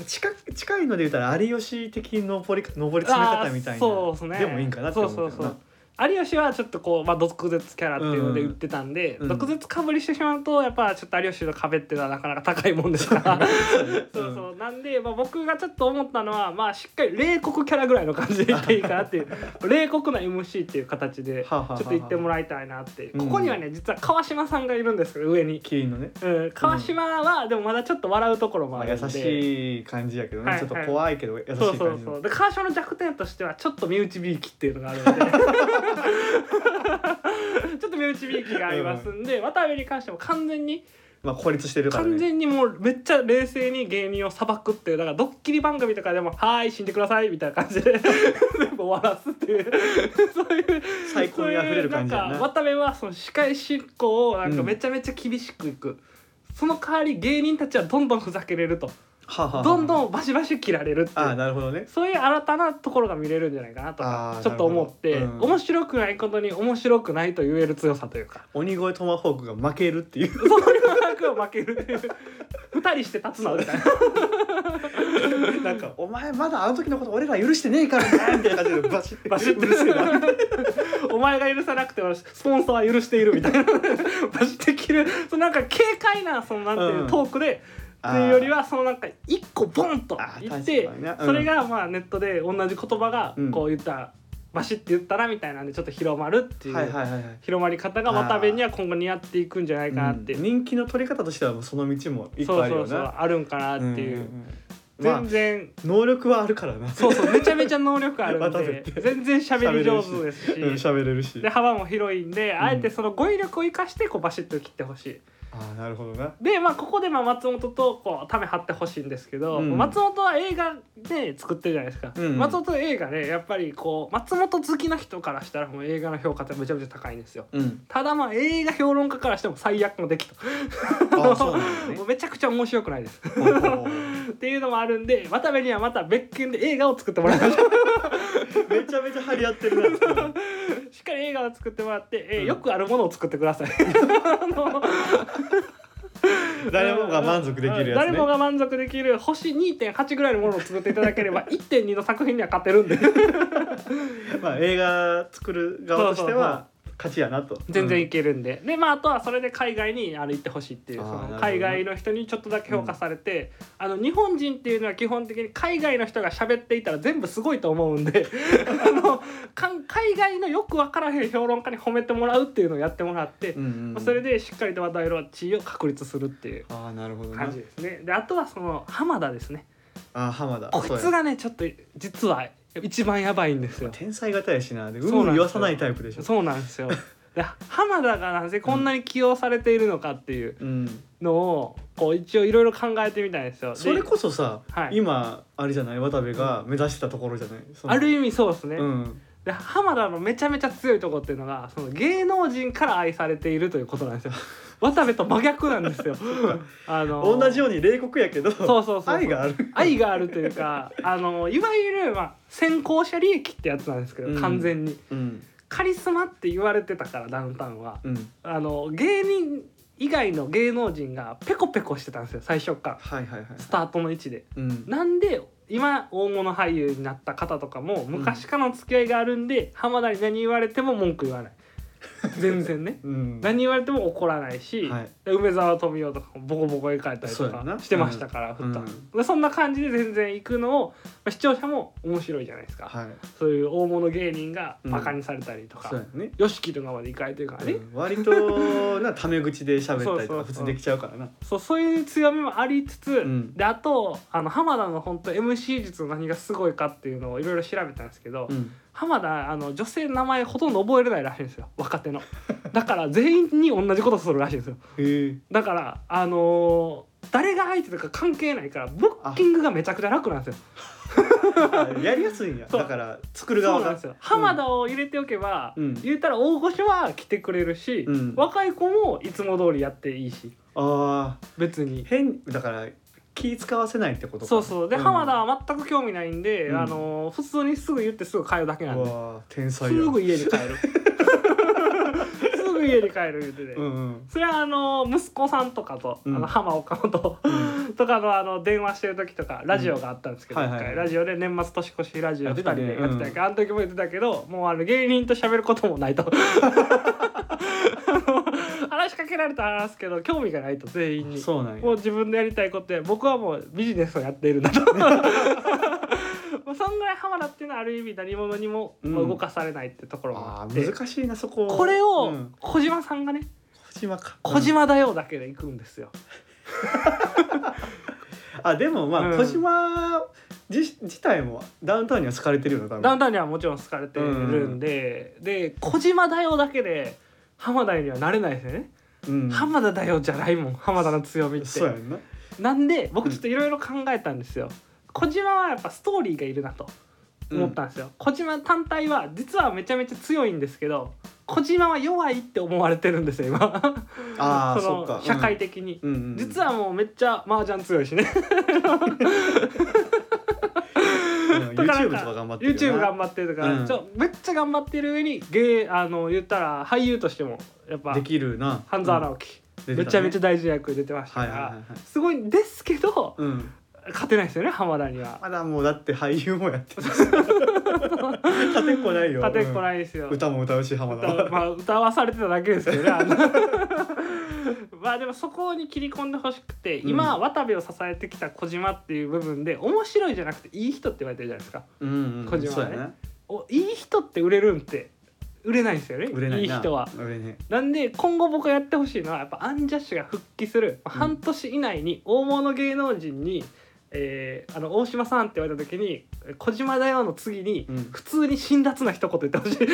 [SPEAKER 1] あ近く近いので言ったら有吉的登り登り詰め
[SPEAKER 2] あ
[SPEAKER 1] 方
[SPEAKER 2] ー
[SPEAKER 1] みたいな
[SPEAKER 2] そうですね
[SPEAKER 1] でもいいんかなって思うけどな
[SPEAKER 2] そうそうそう有吉はちょっとこう、まあ、毒舌キャラっていうので売ってたんで、
[SPEAKER 1] うんうん
[SPEAKER 2] 毒舌かぶりしてしまうとやっぱちょっと有吉の壁っていうのはなかなか高いもんですからそうそうなんで、まあ、僕がちょっと思ったのは、まあ、しっかり冷酷キャラぐらいの感じでいっていいかなっていう 冷酷な MC っていう形でち
[SPEAKER 1] はあ
[SPEAKER 2] ょ
[SPEAKER 1] はあはあ
[SPEAKER 2] っと言ってもらいたいなって、
[SPEAKER 1] うん
[SPEAKER 2] ここにはね実は川島さんがいるんですけど上に。
[SPEAKER 1] キリンのね、
[SPEAKER 2] うん、川島はでもまだちょっと笑うところも
[SPEAKER 1] ま
[SPEAKER 2] あ
[SPEAKER 1] あ、
[SPEAKER 2] るん
[SPEAKER 1] 優
[SPEAKER 2] で、
[SPEAKER 1] しい感じやけどね、
[SPEAKER 2] はいはい
[SPEAKER 1] ちょっと怖いけど優しい感じ
[SPEAKER 2] そうそうそうで川島の弱点としてはちょっと身内びいきっていうのがある のでちょっと身内びいきがありますんで、渡辺に関しても完全に
[SPEAKER 1] まあ孤立してるからね
[SPEAKER 2] 完全にもうめっちゃ冷静に芸人を裁くっていうだからドッキリ番組とかでも「はーい死んでください」みたいな感 じで全部終わらすっていうそういう
[SPEAKER 1] 最高に溢れる感じや
[SPEAKER 2] そう
[SPEAKER 1] な
[SPEAKER 2] いうなんか渡部はその司会進行をなんかめちゃめちゃ厳しくいく、その代わり芸人たちはどんどんふざけれると
[SPEAKER 1] はあはあはあ
[SPEAKER 2] どんどんバシバシ切られるってい
[SPEAKER 1] ああ
[SPEAKER 2] う
[SPEAKER 1] なるほどね
[SPEAKER 2] そういう新たなところが見れるんじゃないかなと
[SPEAKER 1] あ
[SPEAKER 2] か
[SPEAKER 1] ー
[SPEAKER 2] ちょっと思って、
[SPEAKER 1] なるほどうん
[SPEAKER 2] 面白くないことに面白くないと言える強さというか
[SPEAKER 1] 鬼越トマホークが負けるっていう
[SPEAKER 2] そこにもなく負けるっていう2人して立つなみたいな
[SPEAKER 1] なんか「お前まだあの時のこと俺ら許してねえからな」みたいな感じでバシッ
[SPEAKER 2] バシッ
[SPEAKER 1] うるせえな
[SPEAKER 2] お前が許さなくてもスポンサーは許しているみたいなバシッて切るそのなんか軽快なそのなんていう、
[SPEAKER 1] うん
[SPEAKER 2] トークでっていうよりはそのなんか一個ボンと
[SPEAKER 1] あー
[SPEAKER 2] 言って
[SPEAKER 1] 確かになうん
[SPEAKER 2] それがまあネットで同じ言葉が
[SPEAKER 1] うん
[SPEAKER 2] こう言ったら、バシッて言ったらみたいなんでちょっと広まるっていう、
[SPEAKER 1] はいはいはいはい
[SPEAKER 2] 広まり方が渡部には今後似合っていくんじゃないかなって、
[SPEAKER 1] うん人気の取り方としてはもうその道もいっぱいある
[SPEAKER 2] そ
[SPEAKER 1] よ
[SPEAKER 2] うそうそう
[SPEAKER 1] な
[SPEAKER 2] あるんかなっていう、
[SPEAKER 1] んんんまあ
[SPEAKER 2] 全然、
[SPEAKER 1] 能力はあるからな
[SPEAKER 2] そうそうめちゃめちゃ能力 あるん
[SPEAKER 1] 渡部っ
[SPEAKER 2] で
[SPEAKER 1] て
[SPEAKER 2] 全然喋り上手ですし
[SPEAKER 1] うん喋れる し
[SPEAKER 2] で幅も広いんで、
[SPEAKER 1] ん
[SPEAKER 2] あえてその語彙力を生かしてこうバシッと切ってほしい
[SPEAKER 1] ああなるほどな
[SPEAKER 2] でまあここでまあ松本とこうため張ってほしいんですけど、
[SPEAKER 1] うん
[SPEAKER 2] 松本は映画で作ってるじゃないですか、
[SPEAKER 1] うん
[SPEAKER 2] 松本映画ねやっぱりこう松本好きな人からしたらもう映画の評価ってめちゃめちゃ高いんですよ
[SPEAKER 1] うん
[SPEAKER 2] ただまあ映画評論家からしても最悪の出来と
[SPEAKER 1] ああそうなんだね
[SPEAKER 2] もうめちゃくちゃ面白くないです
[SPEAKER 1] ほうほうほう
[SPEAKER 2] っていうのもあるんで渡部にはまた別件で映画を作ってもらいま しょう
[SPEAKER 1] めちゃめちゃ張り合ってるな
[SPEAKER 2] しっかり映画を作ってもらって、えー
[SPEAKER 1] うん
[SPEAKER 2] よくあるものを作ってくださいあの
[SPEAKER 1] 誰もが満足できるやつ
[SPEAKER 2] 誰
[SPEAKER 1] ね
[SPEAKER 2] もが満足できる星2.8ぐらいのものを作っていただけ れば1.2の作品には勝てるんで
[SPEAKER 1] まあ映画作る側としては勝ちやなと
[SPEAKER 2] 全然
[SPEAKER 1] う
[SPEAKER 2] いけるんで、でまああとはそれで海外にあの行ってほしいっていう
[SPEAKER 1] あー
[SPEAKER 2] そ
[SPEAKER 1] なるほ
[SPEAKER 2] の
[SPEAKER 1] ど
[SPEAKER 2] 海外の人にちょっとだけ評価されて、あの日本人っていうのは基本的に海外の人が喋っていたら全部すごいと思うん であのかん海外のよく分からへん評論家に褒めてもらうっていうのをやってもらって、
[SPEAKER 1] んうんう
[SPEAKER 2] まあ
[SPEAKER 1] ん
[SPEAKER 2] それでしっかりと話題の地位を確立するっていう
[SPEAKER 1] ああなるほどな
[SPEAKER 2] 感じですね。であとはその浜田ですね。
[SPEAKER 1] ああ浜田
[SPEAKER 2] こいつ
[SPEAKER 1] そうや
[SPEAKER 2] がねちょっと実は一番やばいんですよ
[SPEAKER 1] 天才型やしなで
[SPEAKER 2] そううなんですよ
[SPEAKER 1] ん言わさないタイプでしょ
[SPEAKER 2] そうなんですよで浜田がなぜこんなに起用されているのかっていう
[SPEAKER 1] うん
[SPEAKER 2] のをこう一応いろいろ考えてみたんですよで
[SPEAKER 1] それこそさ
[SPEAKER 2] はい
[SPEAKER 1] 今あれじゃない渡部が目指してたところじゃないその
[SPEAKER 2] ある意味そうですね、
[SPEAKER 1] うん
[SPEAKER 2] で浜田のめちゃめちゃ強いとこっていうのがその芸能人から愛されているということなんですよ渡部と真逆なんですよ あのー
[SPEAKER 1] 同じように冷酷やけど
[SPEAKER 2] そうそうそう
[SPEAKER 1] 愛がある
[SPEAKER 2] 愛があるというかあのーいわゆる、まあ、先行者利益ってやつなんですけど、
[SPEAKER 1] うん
[SPEAKER 2] 完全に
[SPEAKER 1] うん
[SPEAKER 2] カリスマって言われてたからダウンタウンは
[SPEAKER 1] うん
[SPEAKER 2] あの芸人以外の芸能人がペコペコしてたんですよ最初から
[SPEAKER 1] はいはいはい
[SPEAKER 2] スタートの位置で
[SPEAKER 1] うん
[SPEAKER 2] なんで今大物俳優に なった方とかも昔からの付き合いがあるんで、浜田に何言われても文句言わない全然ね
[SPEAKER 1] うん
[SPEAKER 2] 何言われても怒らないし、
[SPEAKER 1] はい
[SPEAKER 2] 梅沢富美男とかもボコボコに書いたり
[SPEAKER 1] そう
[SPEAKER 2] と
[SPEAKER 1] やな
[SPEAKER 2] かしてましたから、
[SPEAKER 1] うん
[SPEAKER 2] ふっとでそんな感じで全然行くのを、まあ視聴者も面白いじゃないですか、
[SPEAKER 1] はい
[SPEAKER 2] そういう大物芸人がバカにされたりと
[SPEAKER 1] そう
[SPEAKER 2] か、
[SPEAKER 1] やね
[SPEAKER 2] よしきとかまで行かれてるからね、
[SPEAKER 1] うん割となタメ口で喋ったりとか普通にできちゃうからな
[SPEAKER 2] そうそういう強みもありつつ、
[SPEAKER 1] ん
[SPEAKER 2] であとあの浜田の本当 MC 術の何がすごいかっていうのをいろいろ調べたんですけど、
[SPEAKER 1] うん
[SPEAKER 2] 浜田あの女性の名前ほとんど覚えれないらしいんですよ若手のだから全員に同じことするらしいんですよ
[SPEAKER 1] へえ
[SPEAKER 2] だからあのー誰が相手とか関係ないからブッキングがめちゃくちゃ楽なんですよ
[SPEAKER 1] やりやすいんや
[SPEAKER 2] そう
[SPEAKER 1] だから作る
[SPEAKER 2] そ
[SPEAKER 1] 側
[SPEAKER 2] うなん
[SPEAKER 1] が
[SPEAKER 2] ですよ浜田を入れておけば、
[SPEAKER 1] うん
[SPEAKER 2] 言うたら大御所は来てくれるし、
[SPEAKER 1] うん
[SPEAKER 2] 若い子もいつも通りやっていいし
[SPEAKER 1] ああ
[SPEAKER 2] 別に
[SPEAKER 1] 変だから気使わせないってことか
[SPEAKER 2] そうそうで、
[SPEAKER 1] ん
[SPEAKER 2] 浜田は全く興味ないんで、
[SPEAKER 1] うん
[SPEAKER 2] あの普通にすぐ言ってすぐ帰るだけなん
[SPEAKER 1] う
[SPEAKER 2] で
[SPEAKER 1] わー天
[SPEAKER 2] す
[SPEAKER 1] 才や
[SPEAKER 2] ぐ家に帰る すぐ家に帰る言うてね、
[SPEAKER 1] うんうん
[SPEAKER 2] それはあの息子さんとかと、
[SPEAKER 1] うん
[SPEAKER 2] あの浜岡本と
[SPEAKER 1] うん
[SPEAKER 2] とかのあの電話してる時とかラジオがあったんですけど、
[SPEAKER 1] うん
[SPEAKER 2] 一回
[SPEAKER 1] はいはい
[SPEAKER 2] ラジオで年末年越しラジオ
[SPEAKER 1] や
[SPEAKER 2] 2
[SPEAKER 1] って
[SPEAKER 2] 人
[SPEAKER 1] たね
[SPEAKER 2] でやってたけど、あの時も言ってたけどもうあの芸人と喋ることもない とあの話しかけられたら話すけど興味がないと全員に
[SPEAKER 1] そうなんや
[SPEAKER 2] もう自分でやりたいことで僕はもうビジネスをやっているんだ とまあそんぐらい浜田っていうのはある意味何者にも
[SPEAKER 1] うん
[SPEAKER 2] まあ動かされないってところもあ
[SPEAKER 1] あ
[SPEAKER 2] っ
[SPEAKER 1] あ
[SPEAKER 2] て、
[SPEAKER 1] 難しいなそこ
[SPEAKER 2] これを
[SPEAKER 1] うん
[SPEAKER 2] 小島さんがね
[SPEAKER 1] 小島か
[SPEAKER 2] 「小
[SPEAKER 1] うん
[SPEAKER 2] 島だよ」だけで行くんですよ。
[SPEAKER 1] あでもま
[SPEAKER 2] う
[SPEAKER 1] あ
[SPEAKER 2] ん
[SPEAKER 1] 小島自自体もダウンタウンには好かれてるよな多分
[SPEAKER 2] ダウンタウンにはもちろん好かれてるんで、で「小島だよ」だけで浜田にはなれないですよね、
[SPEAKER 1] うん
[SPEAKER 2] 浜田だよじゃないもん浜田の強みっ
[SPEAKER 1] そうや
[SPEAKER 2] て。
[SPEAKER 1] んな
[SPEAKER 2] なんで僕ちょっといろいろ考えたんですよ。小島はやっぱストーリーがいるなと。思ったんですよ、小島単体は実はめちゃめちゃ強いんですけど小島は弱いって思われてるんですよ今
[SPEAKER 1] うんああ
[SPEAKER 2] そ
[SPEAKER 1] そっ
[SPEAKER 2] の
[SPEAKER 1] か
[SPEAKER 2] 社会的に、
[SPEAKER 1] うんうんうん
[SPEAKER 2] 実はもうめっちゃ麻雀強いしね
[SPEAKER 1] うん
[SPEAKER 2] だら
[SPEAKER 1] YouTube と
[SPEAKER 2] なん
[SPEAKER 1] か頑張ってる
[SPEAKER 2] YouTube 頑
[SPEAKER 1] 張
[SPEAKER 2] 張ってるとか、
[SPEAKER 1] うん
[SPEAKER 2] ちょめっちゃ頑張ってる上に芸あの言ったら俳優としてもやっぱ
[SPEAKER 1] できるな
[SPEAKER 2] 半沢直樹、
[SPEAKER 1] うん
[SPEAKER 2] めちゃめち
[SPEAKER 1] 出て
[SPEAKER 2] ゃ大事な役で出てました
[SPEAKER 1] た
[SPEAKER 2] か
[SPEAKER 1] ね
[SPEAKER 2] ら、
[SPEAKER 1] はいはいはいはい
[SPEAKER 2] すごいんですけど
[SPEAKER 1] うん
[SPEAKER 2] 勝てないですよね浜田には
[SPEAKER 1] まだもうだって俳優もやってる 勝てっこないよ
[SPEAKER 2] 勝てっこ
[SPEAKER 1] い、
[SPEAKER 2] ないですよ、
[SPEAKER 1] うん歌も歌うし浜田
[SPEAKER 2] 歌う
[SPEAKER 1] は
[SPEAKER 2] まあ、歌わされてただけですけどねあの まあでもそこに切り込んでほしくて
[SPEAKER 1] うん
[SPEAKER 2] 今、渡部を支えてきた小島っていう部分で面白いじゃなくていい人って言われてるじゃないですか
[SPEAKER 1] うんうん
[SPEAKER 2] 小島
[SPEAKER 1] そう
[SPEAKER 2] は
[SPEAKER 1] や
[SPEAKER 2] ね
[SPEAKER 1] ね
[SPEAKER 2] おいい人って売れるんって売れないんですよね
[SPEAKER 1] 売れない
[SPEAKER 2] い
[SPEAKER 1] ない
[SPEAKER 2] 人は
[SPEAKER 1] 売れね
[SPEAKER 2] なんで今後僕がやってほしいのはやっぱアンジャッシュが復帰する半年以内に大物芸能人に、えーあの大島さんって言われた時に「小島だよ」の次に
[SPEAKER 1] うん
[SPEAKER 2] 普通に辛辣な一言言ってほ しい。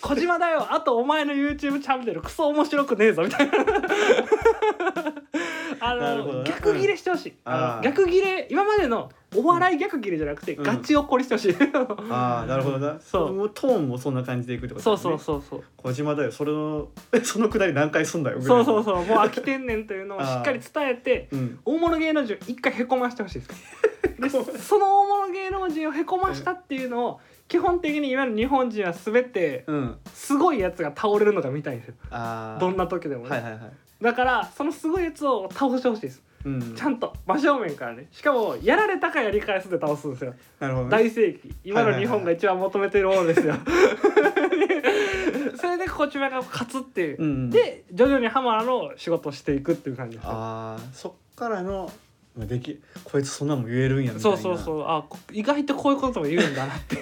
[SPEAKER 2] 小島だよあとお前の YouTube チャンネルクソ面白くねえぞみ たいなあ
[SPEAKER 1] なるほ
[SPEAKER 2] の
[SPEAKER 1] どね
[SPEAKER 2] 逆ギレしてほしい、あ
[SPEAKER 1] あー
[SPEAKER 2] の逆ギレ今までのお笑い逆ギレじゃなくて、
[SPEAKER 1] うん
[SPEAKER 2] ガチ怒りしてほしい
[SPEAKER 1] ああなるほどな
[SPEAKER 2] そう
[SPEAKER 1] もうトーンもそんな感じでいくってことだ
[SPEAKER 2] そう
[SPEAKER 1] ね
[SPEAKER 2] そうそうそう
[SPEAKER 1] 小島だよそれの そのくだり何回すんだよぐらい
[SPEAKER 2] そ
[SPEAKER 1] う
[SPEAKER 2] そうそうもう飽きてんねんというのをしっかり伝えて
[SPEAKER 1] う、ん、
[SPEAKER 2] 大物芸能人を一回へこましてほしいです でその大物芸能人をへこましたっていうのを基本的にいわゆる日本人は全て
[SPEAKER 1] うん、
[SPEAKER 2] すごいやつが倒れるのが見たいんですよ
[SPEAKER 1] ああ
[SPEAKER 2] どんな時でもね、
[SPEAKER 1] はいはいはい、
[SPEAKER 2] だからそのすごいやつを倒してほしいです
[SPEAKER 1] うん、
[SPEAKER 2] ちゃんと真正面からねしかもやられたかやり返すで倒すんですよ
[SPEAKER 1] なるほど、ね、
[SPEAKER 2] 大盛期今の日本が一番求めてるものですよ それでこちらが勝つっていう
[SPEAKER 1] う、ん、
[SPEAKER 2] で徐々にハマーの仕事をしていくっていう感じです
[SPEAKER 1] ああそっからのまあできこいつそんなんも言えるんやみたい
[SPEAKER 2] そ
[SPEAKER 1] な
[SPEAKER 2] うそうそううあこ意外とこういうことも言うんだなって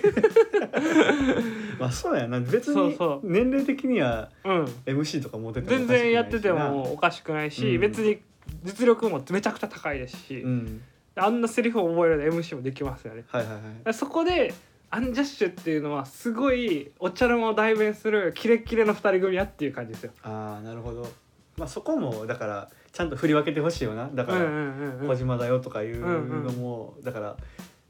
[SPEAKER 1] まあそうやな別
[SPEAKER 2] そう
[SPEAKER 1] に
[SPEAKER 2] そう
[SPEAKER 1] 年齢的には
[SPEAKER 2] うん
[SPEAKER 1] MC とか持てても
[SPEAKER 2] 全然やっててもおかしくないし、
[SPEAKER 1] うん
[SPEAKER 2] 別に実力もめちゃくちゃ高いですし、
[SPEAKER 1] うん
[SPEAKER 2] あんなセリフを覚えるので MC もできますよね
[SPEAKER 1] はいはいはい
[SPEAKER 2] だからそこでアンジャッシュっていうのはすごいお茶の間を代弁するキレッキレの二人組やっていう感じですよ。
[SPEAKER 1] ああなるほどまあそこもだからちゃんと振り分けてほしいよなだ
[SPEAKER 2] う
[SPEAKER 1] か
[SPEAKER 2] んう
[SPEAKER 1] ら
[SPEAKER 2] んうんうん
[SPEAKER 1] 小島だよとかいうのもだから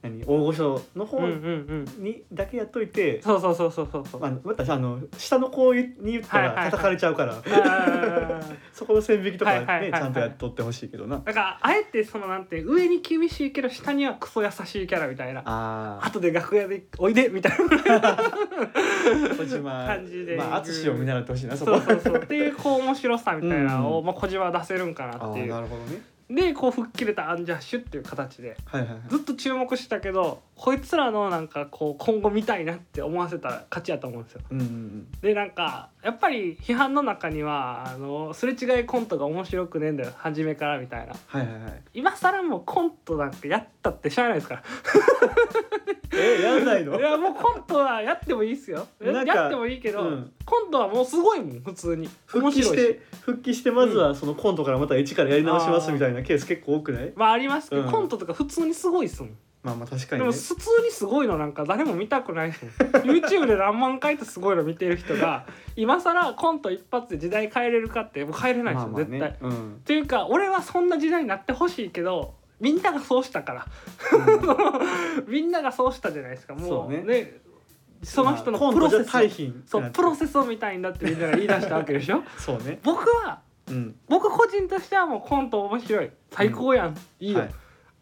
[SPEAKER 1] 何大御所の方
[SPEAKER 2] うんうんうん
[SPEAKER 1] にだけやっといて、
[SPEAKER 2] そうそうそうそうそうそう。
[SPEAKER 1] まあ、またあの下の子に言った
[SPEAKER 2] はいはいは
[SPEAKER 1] ら
[SPEAKER 2] い
[SPEAKER 1] 叩かれちゃうから、
[SPEAKER 2] あー
[SPEAKER 1] そこの線引きとかね、
[SPEAKER 2] はいはいはいはい
[SPEAKER 1] ちゃんとやっとってほしいけどな
[SPEAKER 2] だからあえてそのなんて上に厳しいけど下にはクソ優しいキャラみたいな
[SPEAKER 1] あ
[SPEAKER 2] 後で楽屋でおいでみたいな
[SPEAKER 1] あ小島
[SPEAKER 2] 感じで
[SPEAKER 1] まあ淳を見習ってほしいなそこ
[SPEAKER 2] そうそうそうっていうこう面白さみたいなのを、
[SPEAKER 1] うん
[SPEAKER 2] まあ、小島は出せるんかな
[SPEAKER 1] あ
[SPEAKER 2] って
[SPEAKER 1] あ
[SPEAKER 2] い
[SPEAKER 1] な
[SPEAKER 2] う
[SPEAKER 1] るほどね
[SPEAKER 2] でこう吹っ切れたアンジャッシュっていう形で
[SPEAKER 1] はいはいはい
[SPEAKER 2] ずっと注目してたけどこいつらのなんかこう今後見たいなって思わせた勝ちやと思うんですよ。
[SPEAKER 1] うんうん
[SPEAKER 2] でなんかやっぱり批判の中にはあのすれ違いコントが面白くねえんだよ初めからみたいな
[SPEAKER 1] はいはいはい
[SPEAKER 2] 今更もうコントなんかやったってしゃあないで すか
[SPEAKER 1] えやんないの
[SPEAKER 2] らいやもうコントはやってもいいっすよや
[SPEAKER 1] なんか
[SPEAKER 2] やってもいいけど、
[SPEAKER 1] うん
[SPEAKER 2] コントはもうすごいもん普通に
[SPEAKER 1] 復帰し
[SPEAKER 2] 面白い
[SPEAKER 1] て復帰してまずはそのコントからまた一からやり直しますみたいなケース結構多くない
[SPEAKER 2] まあありますけど、
[SPEAKER 1] うん
[SPEAKER 2] コントとか普通にすごいっすもん、
[SPEAKER 1] まあまあ確か
[SPEAKER 2] で
[SPEAKER 1] に
[SPEAKER 2] も
[SPEAKER 1] ね
[SPEAKER 2] 普通にすごいのなんか誰も見たくないっすもん YouTube で何万回ってすごいの見てる人が今更コント一発で時代変えれるかってもう変えれないです
[SPEAKER 1] まあまあ
[SPEAKER 2] よ、絶対
[SPEAKER 1] ね うん
[SPEAKER 2] っていうか俺はそんな時代になってほしいけどみんながそうしたからみんながそうしたじゃないですかも
[SPEAKER 1] そううね
[SPEAKER 2] ねその人のプ
[SPEAKER 1] コント
[SPEAKER 2] ロ
[SPEAKER 1] じゃ
[SPEAKER 2] セスを
[SPEAKER 1] 対比になって
[SPEAKER 2] そうプロセスを見たいんだってみんなが言い出したわけで しょ
[SPEAKER 1] そうね
[SPEAKER 2] 僕は
[SPEAKER 1] うん
[SPEAKER 2] 僕個人としてはもうコント面白い最高やん、いいよ、
[SPEAKER 1] はい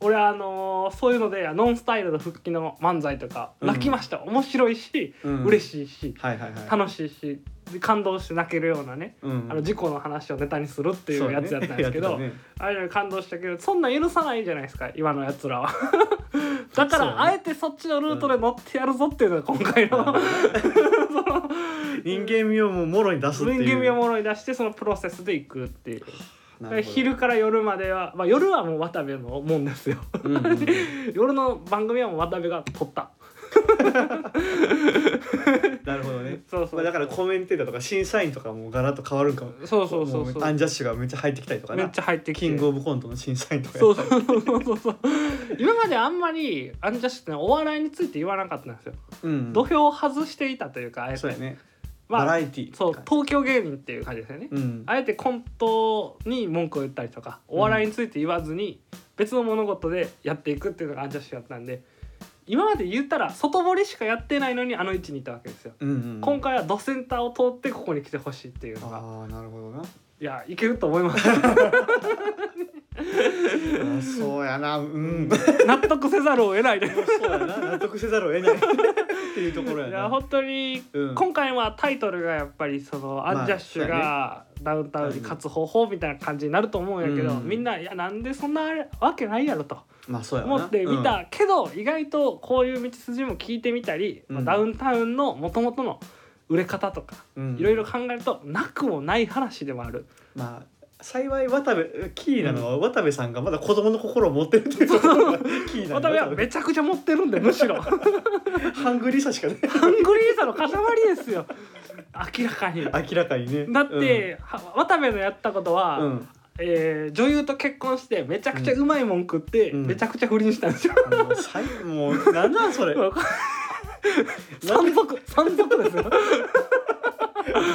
[SPEAKER 2] 俺あのーそういうのでノンスタイルの復帰の漫才とか
[SPEAKER 1] うん
[SPEAKER 2] 泣きました、面白いし、
[SPEAKER 1] うん
[SPEAKER 2] 嬉しいし
[SPEAKER 1] はいはいはい
[SPEAKER 2] 楽しいし感動して泣けるようなね、
[SPEAKER 1] うん
[SPEAKER 2] あの事故の話をネタにするっていうやつやったんですけど、
[SPEAKER 1] そうねやって
[SPEAKER 2] あれに感動したけどそんなん許さないじゃないですか今のやつらは だか
[SPEAKER 1] そう
[SPEAKER 2] ら、
[SPEAKER 1] ね
[SPEAKER 2] あえてそっちのルートで乗ってやるぞっていうのが今回の、
[SPEAKER 1] たね人間味をもうもろに出すってい
[SPEAKER 2] 人
[SPEAKER 1] う
[SPEAKER 2] 間味をもろに出してそのプロセスでいくっていうだ
[SPEAKER 1] な
[SPEAKER 2] か
[SPEAKER 1] る
[SPEAKER 2] ら
[SPEAKER 1] ほど
[SPEAKER 2] 昼から夜までは、まあ、夜はもう渡部のもんで すよ
[SPEAKER 1] うんうんうん
[SPEAKER 2] 夜の番組はもう渡部が撮った
[SPEAKER 1] なるほどね
[SPEAKER 2] そうそう、
[SPEAKER 1] まあだからコメンテーターとか審査員とかもガラッと変わるんかも
[SPEAKER 2] そうそうそうそう
[SPEAKER 1] もアンジャッシュがめっちゃ入ってきたりとか
[SPEAKER 2] め
[SPEAKER 1] ね
[SPEAKER 2] っちゃ入ってきて
[SPEAKER 1] キングオブコントの審査員とかや
[SPEAKER 2] そうそうそうそうそう今まであんまりアンジャッシュってねお笑いについて言わなかったんですよ、
[SPEAKER 1] うん
[SPEAKER 2] 土俵を外していたというかあえて
[SPEAKER 1] そうやね
[SPEAKER 2] ま
[SPEAKER 1] バ
[SPEAKER 2] あ
[SPEAKER 1] ラエティー
[SPEAKER 2] そう東京芸人っていう感じですよね、
[SPEAKER 1] うん
[SPEAKER 2] あえてコントに文句を言ったりとかお笑いについて言わずに別の物事でやっていくっていうのがアンジャッシュやったんで今まで言ったら外堀しかやってないのにあの位置にいたわけですよ、
[SPEAKER 1] うんうん
[SPEAKER 2] 今回はドセンターを通ってここに来てほしいっていうのが
[SPEAKER 1] ああなるほどなあ
[SPEAKER 2] いやいけると思います
[SPEAKER 1] ーそうやなうん
[SPEAKER 2] 納得せざるを得ないです
[SPEAKER 1] そうやな納得せざるを得ない っていうところや
[SPEAKER 2] い
[SPEAKER 1] な
[SPEAKER 2] や本当に
[SPEAKER 1] うん
[SPEAKER 2] 今回はタイトルがやっぱりそのアンジャッシュがダウンタウンに勝つ方法みたいな感じになると思うんやけど、
[SPEAKER 1] うん
[SPEAKER 2] みんないやなんでそんなあれわけないやろと
[SPEAKER 1] まあそうやな
[SPEAKER 2] 思ってみたけど、意外とこういう道筋も聞いてみたり、
[SPEAKER 1] うん
[SPEAKER 2] ダウンタウンのもともとの売れ方とか
[SPEAKER 1] うん
[SPEAKER 2] いろいろ考えるとなくもない話でもある。
[SPEAKER 1] まあ幸い渡部キーなのは渡部さんがまだ子供の心を持ってるっていうところがキーな
[SPEAKER 2] 渡
[SPEAKER 1] の
[SPEAKER 2] 辺はめちゃくちゃ持ってるんでむし ろハン
[SPEAKER 1] ハングリーさしかね
[SPEAKER 2] グリーさの塊ですよ明らかに。
[SPEAKER 1] 明らかにね
[SPEAKER 2] だって、は渡部のやったことは、
[SPEAKER 1] うん、うん
[SPEAKER 2] えー女優と結婚してめちゃくちゃうまいもん食って、
[SPEAKER 1] うん
[SPEAKER 2] めちゃくちゃ不倫した んですよ。
[SPEAKER 1] もう最もうなんなん それ
[SPEAKER 2] 山賊山賊ですよ。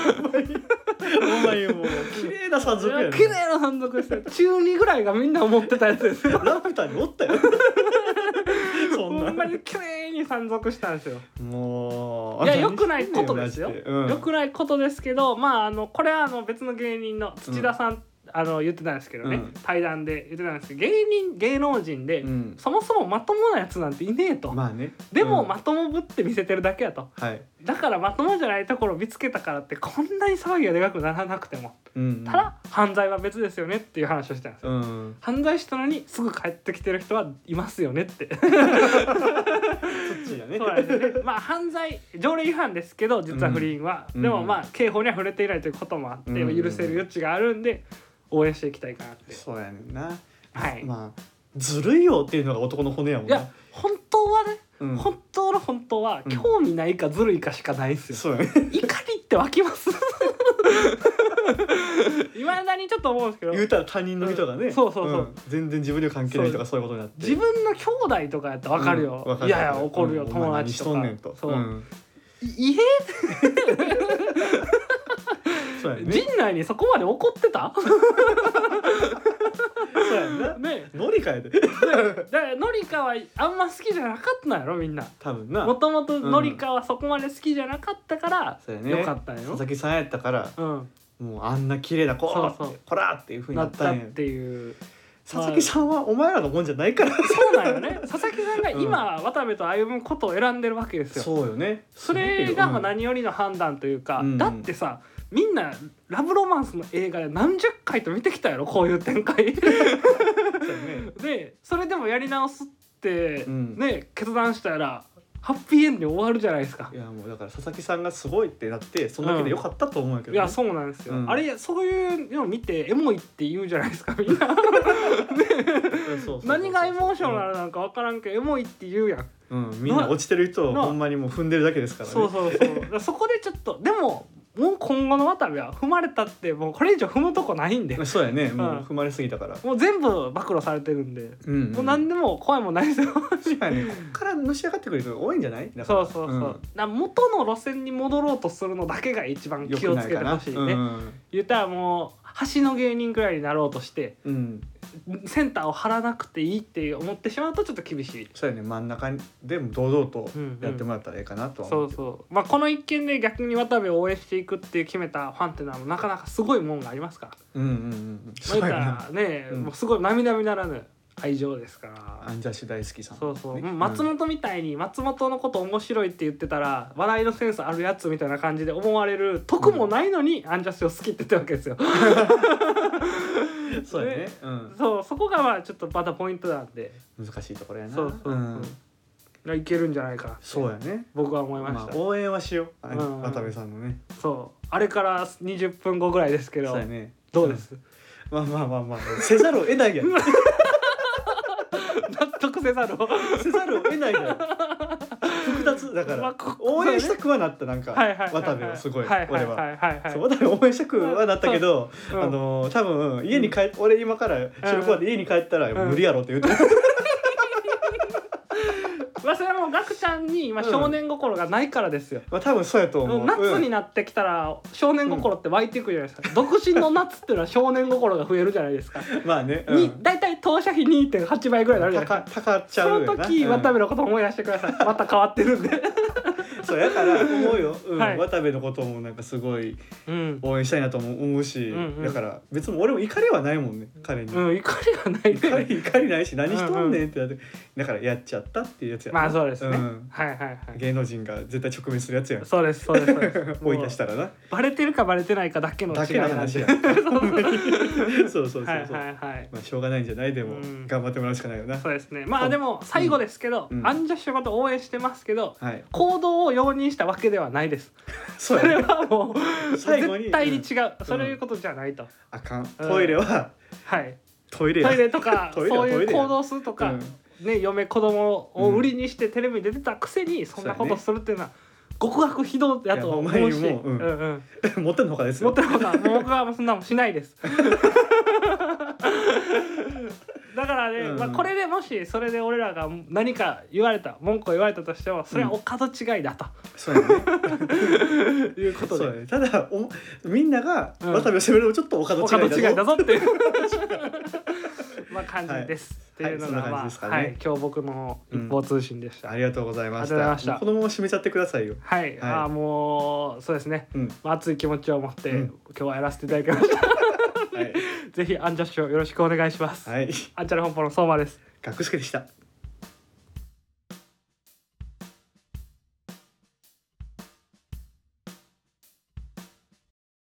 [SPEAKER 1] お前もう綺麗な山賊やね
[SPEAKER 2] 綺麗な山賊ですよ。中二ぐらいがみんな思ってたやつですよ。
[SPEAKER 1] ラピュタにお ったよそん
[SPEAKER 2] ほ
[SPEAKER 1] なん
[SPEAKER 2] まに綺麗に山賊したんですよ。
[SPEAKER 1] もう
[SPEAKER 2] いや良くないことですよ
[SPEAKER 1] マジうん、
[SPEAKER 2] 良くないことですけど、まああのこれはあの別の芸人の土田さん、あの言ってたんですけどね、
[SPEAKER 1] うん
[SPEAKER 2] 対談で言ってたんですけど、芸人芸能人で、
[SPEAKER 1] うん
[SPEAKER 2] そもそもまともなやつなんていねえと。
[SPEAKER 1] まあね
[SPEAKER 2] でも、
[SPEAKER 1] うん
[SPEAKER 2] まともぶって見せてるだけやと
[SPEAKER 1] はい、
[SPEAKER 2] だからまともじゃないところを見つけたからってこんなに騒ぎがでかくならなくても
[SPEAKER 1] うん、
[SPEAKER 2] ただ犯罪は別ですよねっていう話をしてたんですよ
[SPEAKER 1] うん
[SPEAKER 2] 犯罪したのにすぐ帰ってきてる人はいますよねって
[SPEAKER 1] そっちだね
[SPEAKER 2] そうなんですよね。まあ犯罪条例違反ですけど実は不倫は、
[SPEAKER 1] うん
[SPEAKER 2] でもまあ刑法には触れていないということもあって、
[SPEAKER 1] うん
[SPEAKER 2] 許せる余地があるんで応援していきたいかなって。
[SPEAKER 1] そうやねんな
[SPEAKER 2] はい。
[SPEAKER 1] まあずるいよっていうのが男の骨やもん
[SPEAKER 2] い
[SPEAKER 1] な
[SPEAKER 2] や本当はね、
[SPEAKER 1] うん、
[SPEAKER 2] 本当の本当は
[SPEAKER 1] うん
[SPEAKER 2] 興味ないかずるいかしかないですよ。
[SPEAKER 1] そうや ね
[SPEAKER 2] 怒りって湧き ます。いまだにちょっと思うんですけど。
[SPEAKER 1] 言うたら他人の人がね、
[SPEAKER 2] うんそうそうそうん
[SPEAKER 1] 全然自分には関係ないとかそういうことになって
[SPEAKER 2] 自分の兄弟とかやったらわかるよ、
[SPEAKER 1] うんわか
[SPEAKER 2] いやいや怒るよ、
[SPEAKER 1] うんお前
[SPEAKER 2] 友
[SPEAKER 1] 何
[SPEAKER 2] 達
[SPEAKER 1] し
[SPEAKER 2] と
[SPEAKER 1] とん
[SPEAKER 2] か
[SPEAKER 1] ねんと
[SPEAKER 2] そう、
[SPEAKER 1] ん
[SPEAKER 2] いい
[SPEAKER 1] そうや
[SPEAKER 2] え
[SPEAKER 1] ね
[SPEAKER 2] 陣内にそこまで怒って た
[SPEAKER 1] そうやんな
[SPEAKER 2] ね
[SPEAKER 1] ノリかやで
[SPEAKER 2] だからノリカはあんま好きじゃなかったのやろみんな
[SPEAKER 1] 多分な
[SPEAKER 2] もともとノリカはそこまで好きじゃなかったから、
[SPEAKER 1] そうやね
[SPEAKER 2] よかったん
[SPEAKER 1] 佐
[SPEAKER 2] よ
[SPEAKER 1] 々木さんやったから
[SPEAKER 2] うん、
[SPEAKER 1] もうあんな綺麗な子
[SPEAKER 2] そうそう
[SPEAKER 1] こらっていうふうに
[SPEAKER 2] な
[SPEAKER 1] な
[SPEAKER 2] っ
[SPEAKER 1] った
[SPEAKER 2] たっ
[SPEAKER 1] んや
[SPEAKER 2] ていう
[SPEAKER 1] 佐々木さんはお前らのもんじゃないから
[SPEAKER 2] そうなんよね 佐々木さんが今、渡部と歩むことを選んでるわけですよそ
[SPEAKER 1] そうよね
[SPEAKER 2] れがまあ
[SPEAKER 1] うん
[SPEAKER 2] 何よりの判断というか、
[SPEAKER 1] うん
[SPEAKER 2] だってさみんなラブロマンスの映画で何十回と見てきたやろこういう展開
[SPEAKER 1] そうやね
[SPEAKER 2] でそれでもやり直すってっ
[SPEAKER 1] う
[SPEAKER 2] て、
[SPEAKER 1] ん
[SPEAKER 2] ね決断したらハッピーエンドで終わるじゃないですか
[SPEAKER 1] い。やもうだから佐々木さんがすごいってなってそんだけでよかったと思うんやけど、
[SPEAKER 2] い
[SPEAKER 1] ね
[SPEAKER 2] やそうなんですよ、
[SPEAKER 1] うん
[SPEAKER 2] あれそういうのを見てエモいって言うじゃないで すかみんな
[SPEAKER 1] うんそうそうそうそう
[SPEAKER 2] 何がエモーショナルなのか分からんけどエモいって言うやん、
[SPEAKER 1] うん、みんな落ちてる人を
[SPEAKER 2] な
[SPEAKER 1] ほんまにもう踏んでるだけですからね
[SPEAKER 2] そうそうそうだからそこでちょっとでももう今後の渡部は踏まれたってもうこれ以上踏むとこないんで
[SPEAKER 1] そうやねもう
[SPEAKER 2] うん
[SPEAKER 1] 踏まれすぎたから、
[SPEAKER 2] もう全部暴露されてるんで、
[SPEAKER 1] うんうん
[SPEAKER 2] もう何でも怖いもんないですよ
[SPEAKER 1] 確かにねこっからのし上がってくる人が多いんじゃないだか
[SPEAKER 2] そ
[SPEAKER 1] ら
[SPEAKER 2] うそうそう、だから元の路線に戻ろうとするのだけが一番
[SPEAKER 1] ん良
[SPEAKER 2] 気
[SPEAKER 1] く
[SPEAKER 2] を
[SPEAKER 1] な
[SPEAKER 2] つ
[SPEAKER 1] い
[SPEAKER 2] け
[SPEAKER 1] か
[SPEAKER 2] て
[SPEAKER 1] な
[SPEAKER 2] ほしいね、
[SPEAKER 1] うん
[SPEAKER 2] 言ったらもう橋の芸人くらいになろうとして
[SPEAKER 1] うん、
[SPEAKER 2] センターを張らなくていいって思ってしまうとちょっと厳しい
[SPEAKER 1] そうやね真ん中でも堂々とやってもらったらええかなとは
[SPEAKER 2] そ
[SPEAKER 1] 思う
[SPEAKER 2] う
[SPEAKER 1] けど、
[SPEAKER 2] そうまあこの一件で逆に渡部を応援していくって決めたファンっていうのはなかなかすごいもんがありますから
[SPEAKER 1] うんうんうん
[SPEAKER 2] まあ
[SPEAKER 1] そう
[SPEAKER 2] 言
[SPEAKER 1] や
[SPEAKER 2] った
[SPEAKER 1] な
[SPEAKER 2] らね、
[SPEAKER 1] うん
[SPEAKER 2] もうすごい並々ならぬ愛情ですから
[SPEAKER 1] アンジャッシュ大好きさん、
[SPEAKER 2] そうそう、
[SPEAKER 1] ね
[SPEAKER 2] 松本みたいに松本のこと面白いって言ってたら笑いのセンスあるやつみたいな感じで思われる得もないのにアンジャッシュを好きって言ってるわけですよ、
[SPEAKER 1] うんそうやね
[SPEAKER 2] ね
[SPEAKER 1] うん、
[SPEAKER 2] そうそこがまあちょっとまたポイントなんで
[SPEAKER 1] 難しいところやな
[SPEAKER 2] そうそうそう、
[SPEAKER 1] ん、
[SPEAKER 2] いけるんじゃないかなって
[SPEAKER 1] そうやね
[SPEAKER 2] 僕は思いました、
[SPEAKER 1] まあ、応援はしよう、
[SPEAKER 2] うんうん
[SPEAKER 1] 渡部さんのね
[SPEAKER 2] そうあれから20分後ぐらいですけど
[SPEAKER 1] そうやね
[SPEAKER 2] どうです、
[SPEAKER 1] まあまあまあまあせざるを得ないや ん
[SPEAKER 2] 納得せざるを
[SPEAKER 1] せざるを得ないやん複雑だから、
[SPEAKER 2] まあこ
[SPEAKER 1] 応援したくはなったなんか、
[SPEAKER 2] はいはいはいはい
[SPEAKER 1] 渡部をすごい、
[SPEAKER 2] はいはい
[SPEAKER 1] 俺は。
[SPEAKER 2] はいはいはい
[SPEAKER 1] そう渡部応援したくはなったけど、
[SPEAKER 2] うん
[SPEAKER 1] あのー多分家に帰っ、俺今から収録終わって家に帰ったら、
[SPEAKER 2] うん
[SPEAKER 1] 無理やろって言って、
[SPEAKER 2] まあそれはもうガクちゃんに今
[SPEAKER 1] うん
[SPEAKER 2] 少年心がないからですよ、
[SPEAKER 1] まあ多分そうやと思う。
[SPEAKER 2] 夏に
[SPEAKER 1] うん
[SPEAKER 2] なってきたら少年心って湧いてくるじゃないですか、独身の夏っていうのは少年心が増えるじゃないですか、
[SPEAKER 1] まあね、う
[SPEAKER 2] に
[SPEAKER 1] ん、
[SPEAKER 2] 大体当社費2.8倍ぐらいになるじゃないです
[SPEAKER 1] 高
[SPEAKER 2] か
[SPEAKER 1] 高っちゃ
[SPEAKER 2] そう
[SPEAKER 1] よ
[SPEAKER 2] の
[SPEAKER 1] な。
[SPEAKER 2] 時渡
[SPEAKER 1] 部、
[SPEAKER 2] 部のこと思い出して くださいまた変わってるんで
[SPEAKER 1] そうやから思うよ、うん
[SPEAKER 2] はい
[SPEAKER 1] 渡部のこともなんかすごい
[SPEAKER 2] うん、
[SPEAKER 1] 応援したいなとも思うし、
[SPEAKER 2] うんうん
[SPEAKER 1] だから別に俺も怒りはないもんね彼に。
[SPEAKER 2] うん、怒りはない
[SPEAKER 1] 怒
[SPEAKER 2] ね
[SPEAKER 1] り怒りないし何しとんねんってなってだからやっちゃったっていうやつやな
[SPEAKER 2] まあそうですね、
[SPEAKER 1] ん
[SPEAKER 2] はいはいはい
[SPEAKER 1] 芸能人が絶対直面するやつやん
[SPEAKER 2] そうですそうですそうです
[SPEAKER 1] 追い出したらな
[SPEAKER 2] バレてるかバレてないかだけの
[SPEAKER 1] だ
[SPEAKER 2] 違
[SPEAKER 1] け
[SPEAKER 2] い
[SPEAKER 1] の
[SPEAKER 2] なん
[SPEAKER 1] 話
[SPEAKER 2] で
[SPEAKER 1] やん そうそうそうそう、
[SPEAKER 2] はいはいはい
[SPEAKER 1] まあしょうがないんじゃないでも
[SPEAKER 2] うん
[SPEAKER 1] 頑張ってもらうしかないよな、
[SPEAKER 2] そうですねまあでも最後ですけど、
[SPEAKER 1] うん
[SPEAKER 2] アンジャッシュのこと応援してますけど
[SPEAKER 1] はい
[SPEAKER 2] 行動を容認したわけではないです
[SPEAKER 1] そう
[SPEAKER 2] それ
[SPEAKER 1] やね
[SPEAKER 2] はも う
[SPEAKER 1] 最後に
[SPEAKER 2] 絶対に違う、そういうことじゃないと、
[SPEAKER 1] あかんトイレは
[SPEAKER 2] はい
[SPEAKER 1] トイレや
[SPEAKER 2] トイレとか
[SPEAKER 1] トイレは
[SPEAKER 2] そう
[SPEAKER 1] ト
[SPEAKER 2] い
[SPEAKER 1] イレ
[SPEAKER 2] う
[SPEAKER 1] や
[SPEAKER 2] 行動をするとか、
[SPEAKER 1] う
[SPEAKER 2] ね嫁子供を売りにしてテレビに出てたくせにそんなことするっていうのは極悪非道やと思
[SPEAKER 1] いや
[SPEAKER 2] う
[SPEAKER 1] ほ
[SPEAKER 2] し
[SPEAKER 1] んまにもううん
[SPEAKER 2] うんうん
[SPEAKER 1] ん持ってんのほかです
[SPEAKER 2] 持
[SPEAKER 1] よ
[SPEAKER 2] ってることはもう僕はもうそんなもんしないですだからね、
[SPEAKER 1] うん
[SPEAKER 2] まあ、これでもしそれで俺らが何か言われた文句を言われたとしてもそれはお門違いだと、
[SPEAKER 1] そう やね
[SPEAKER 2] いうこと
[SPEAKER 1] そう
[SPEAKER 2] で
[SPEAKER 1] やねただおみんなが
[SPEAKER 2] うん
[SPEAKER 1] 渡部を責めるのもちょっとお門違
[SPEAKER 2] お門
[SPEAKER 1] いだ
[SPEAKER 2] 違いだ
[SPEAKER 1] ぞ
[SPEAKER 2] ぞっていうまあ感じです、
[SPEAKER 1] はい
[SPEAKER 2] っていうの
[SPEAKER 1] は
[SPEAKER 2] が、
[SPEAKER 1] いそんな
[SPEAKER 2] ま
[SPEAKER 1] 感
[SPEAKER 2] あ、
[SPEAKER 1] じですかね
[SPEAKER 2] はい、今日僕の一方通信でした、
[SPEAKER 1] ありがとうございまし
[SPEAKER 2] ありがとうござい
[SPEAKER 1] た
[SPEAKER 2] ました
[SPEAKER 1] もうこのまま締めちゃってくださいよ
[SPEAKER 2] はい、
[SPEAKER 1] はい
[SPEAKER 2] ああもうそうですね、
[SPEAKER 1] うん
[SPEAKER 2] まあ、熱い気持ちを持って、
[SPEAKER 1] うん
[SPEAKER 2] 今日はやらせていただきました
[SPEAKER 1] はい、
[SPEAKER 2] ぜひアンジャッシュをよろしくお願いします、
[SPEAKER 1] はい、
[SPEAKER 2] アンチャル本舗の相馬です
[SPEAKER 1] 学識でした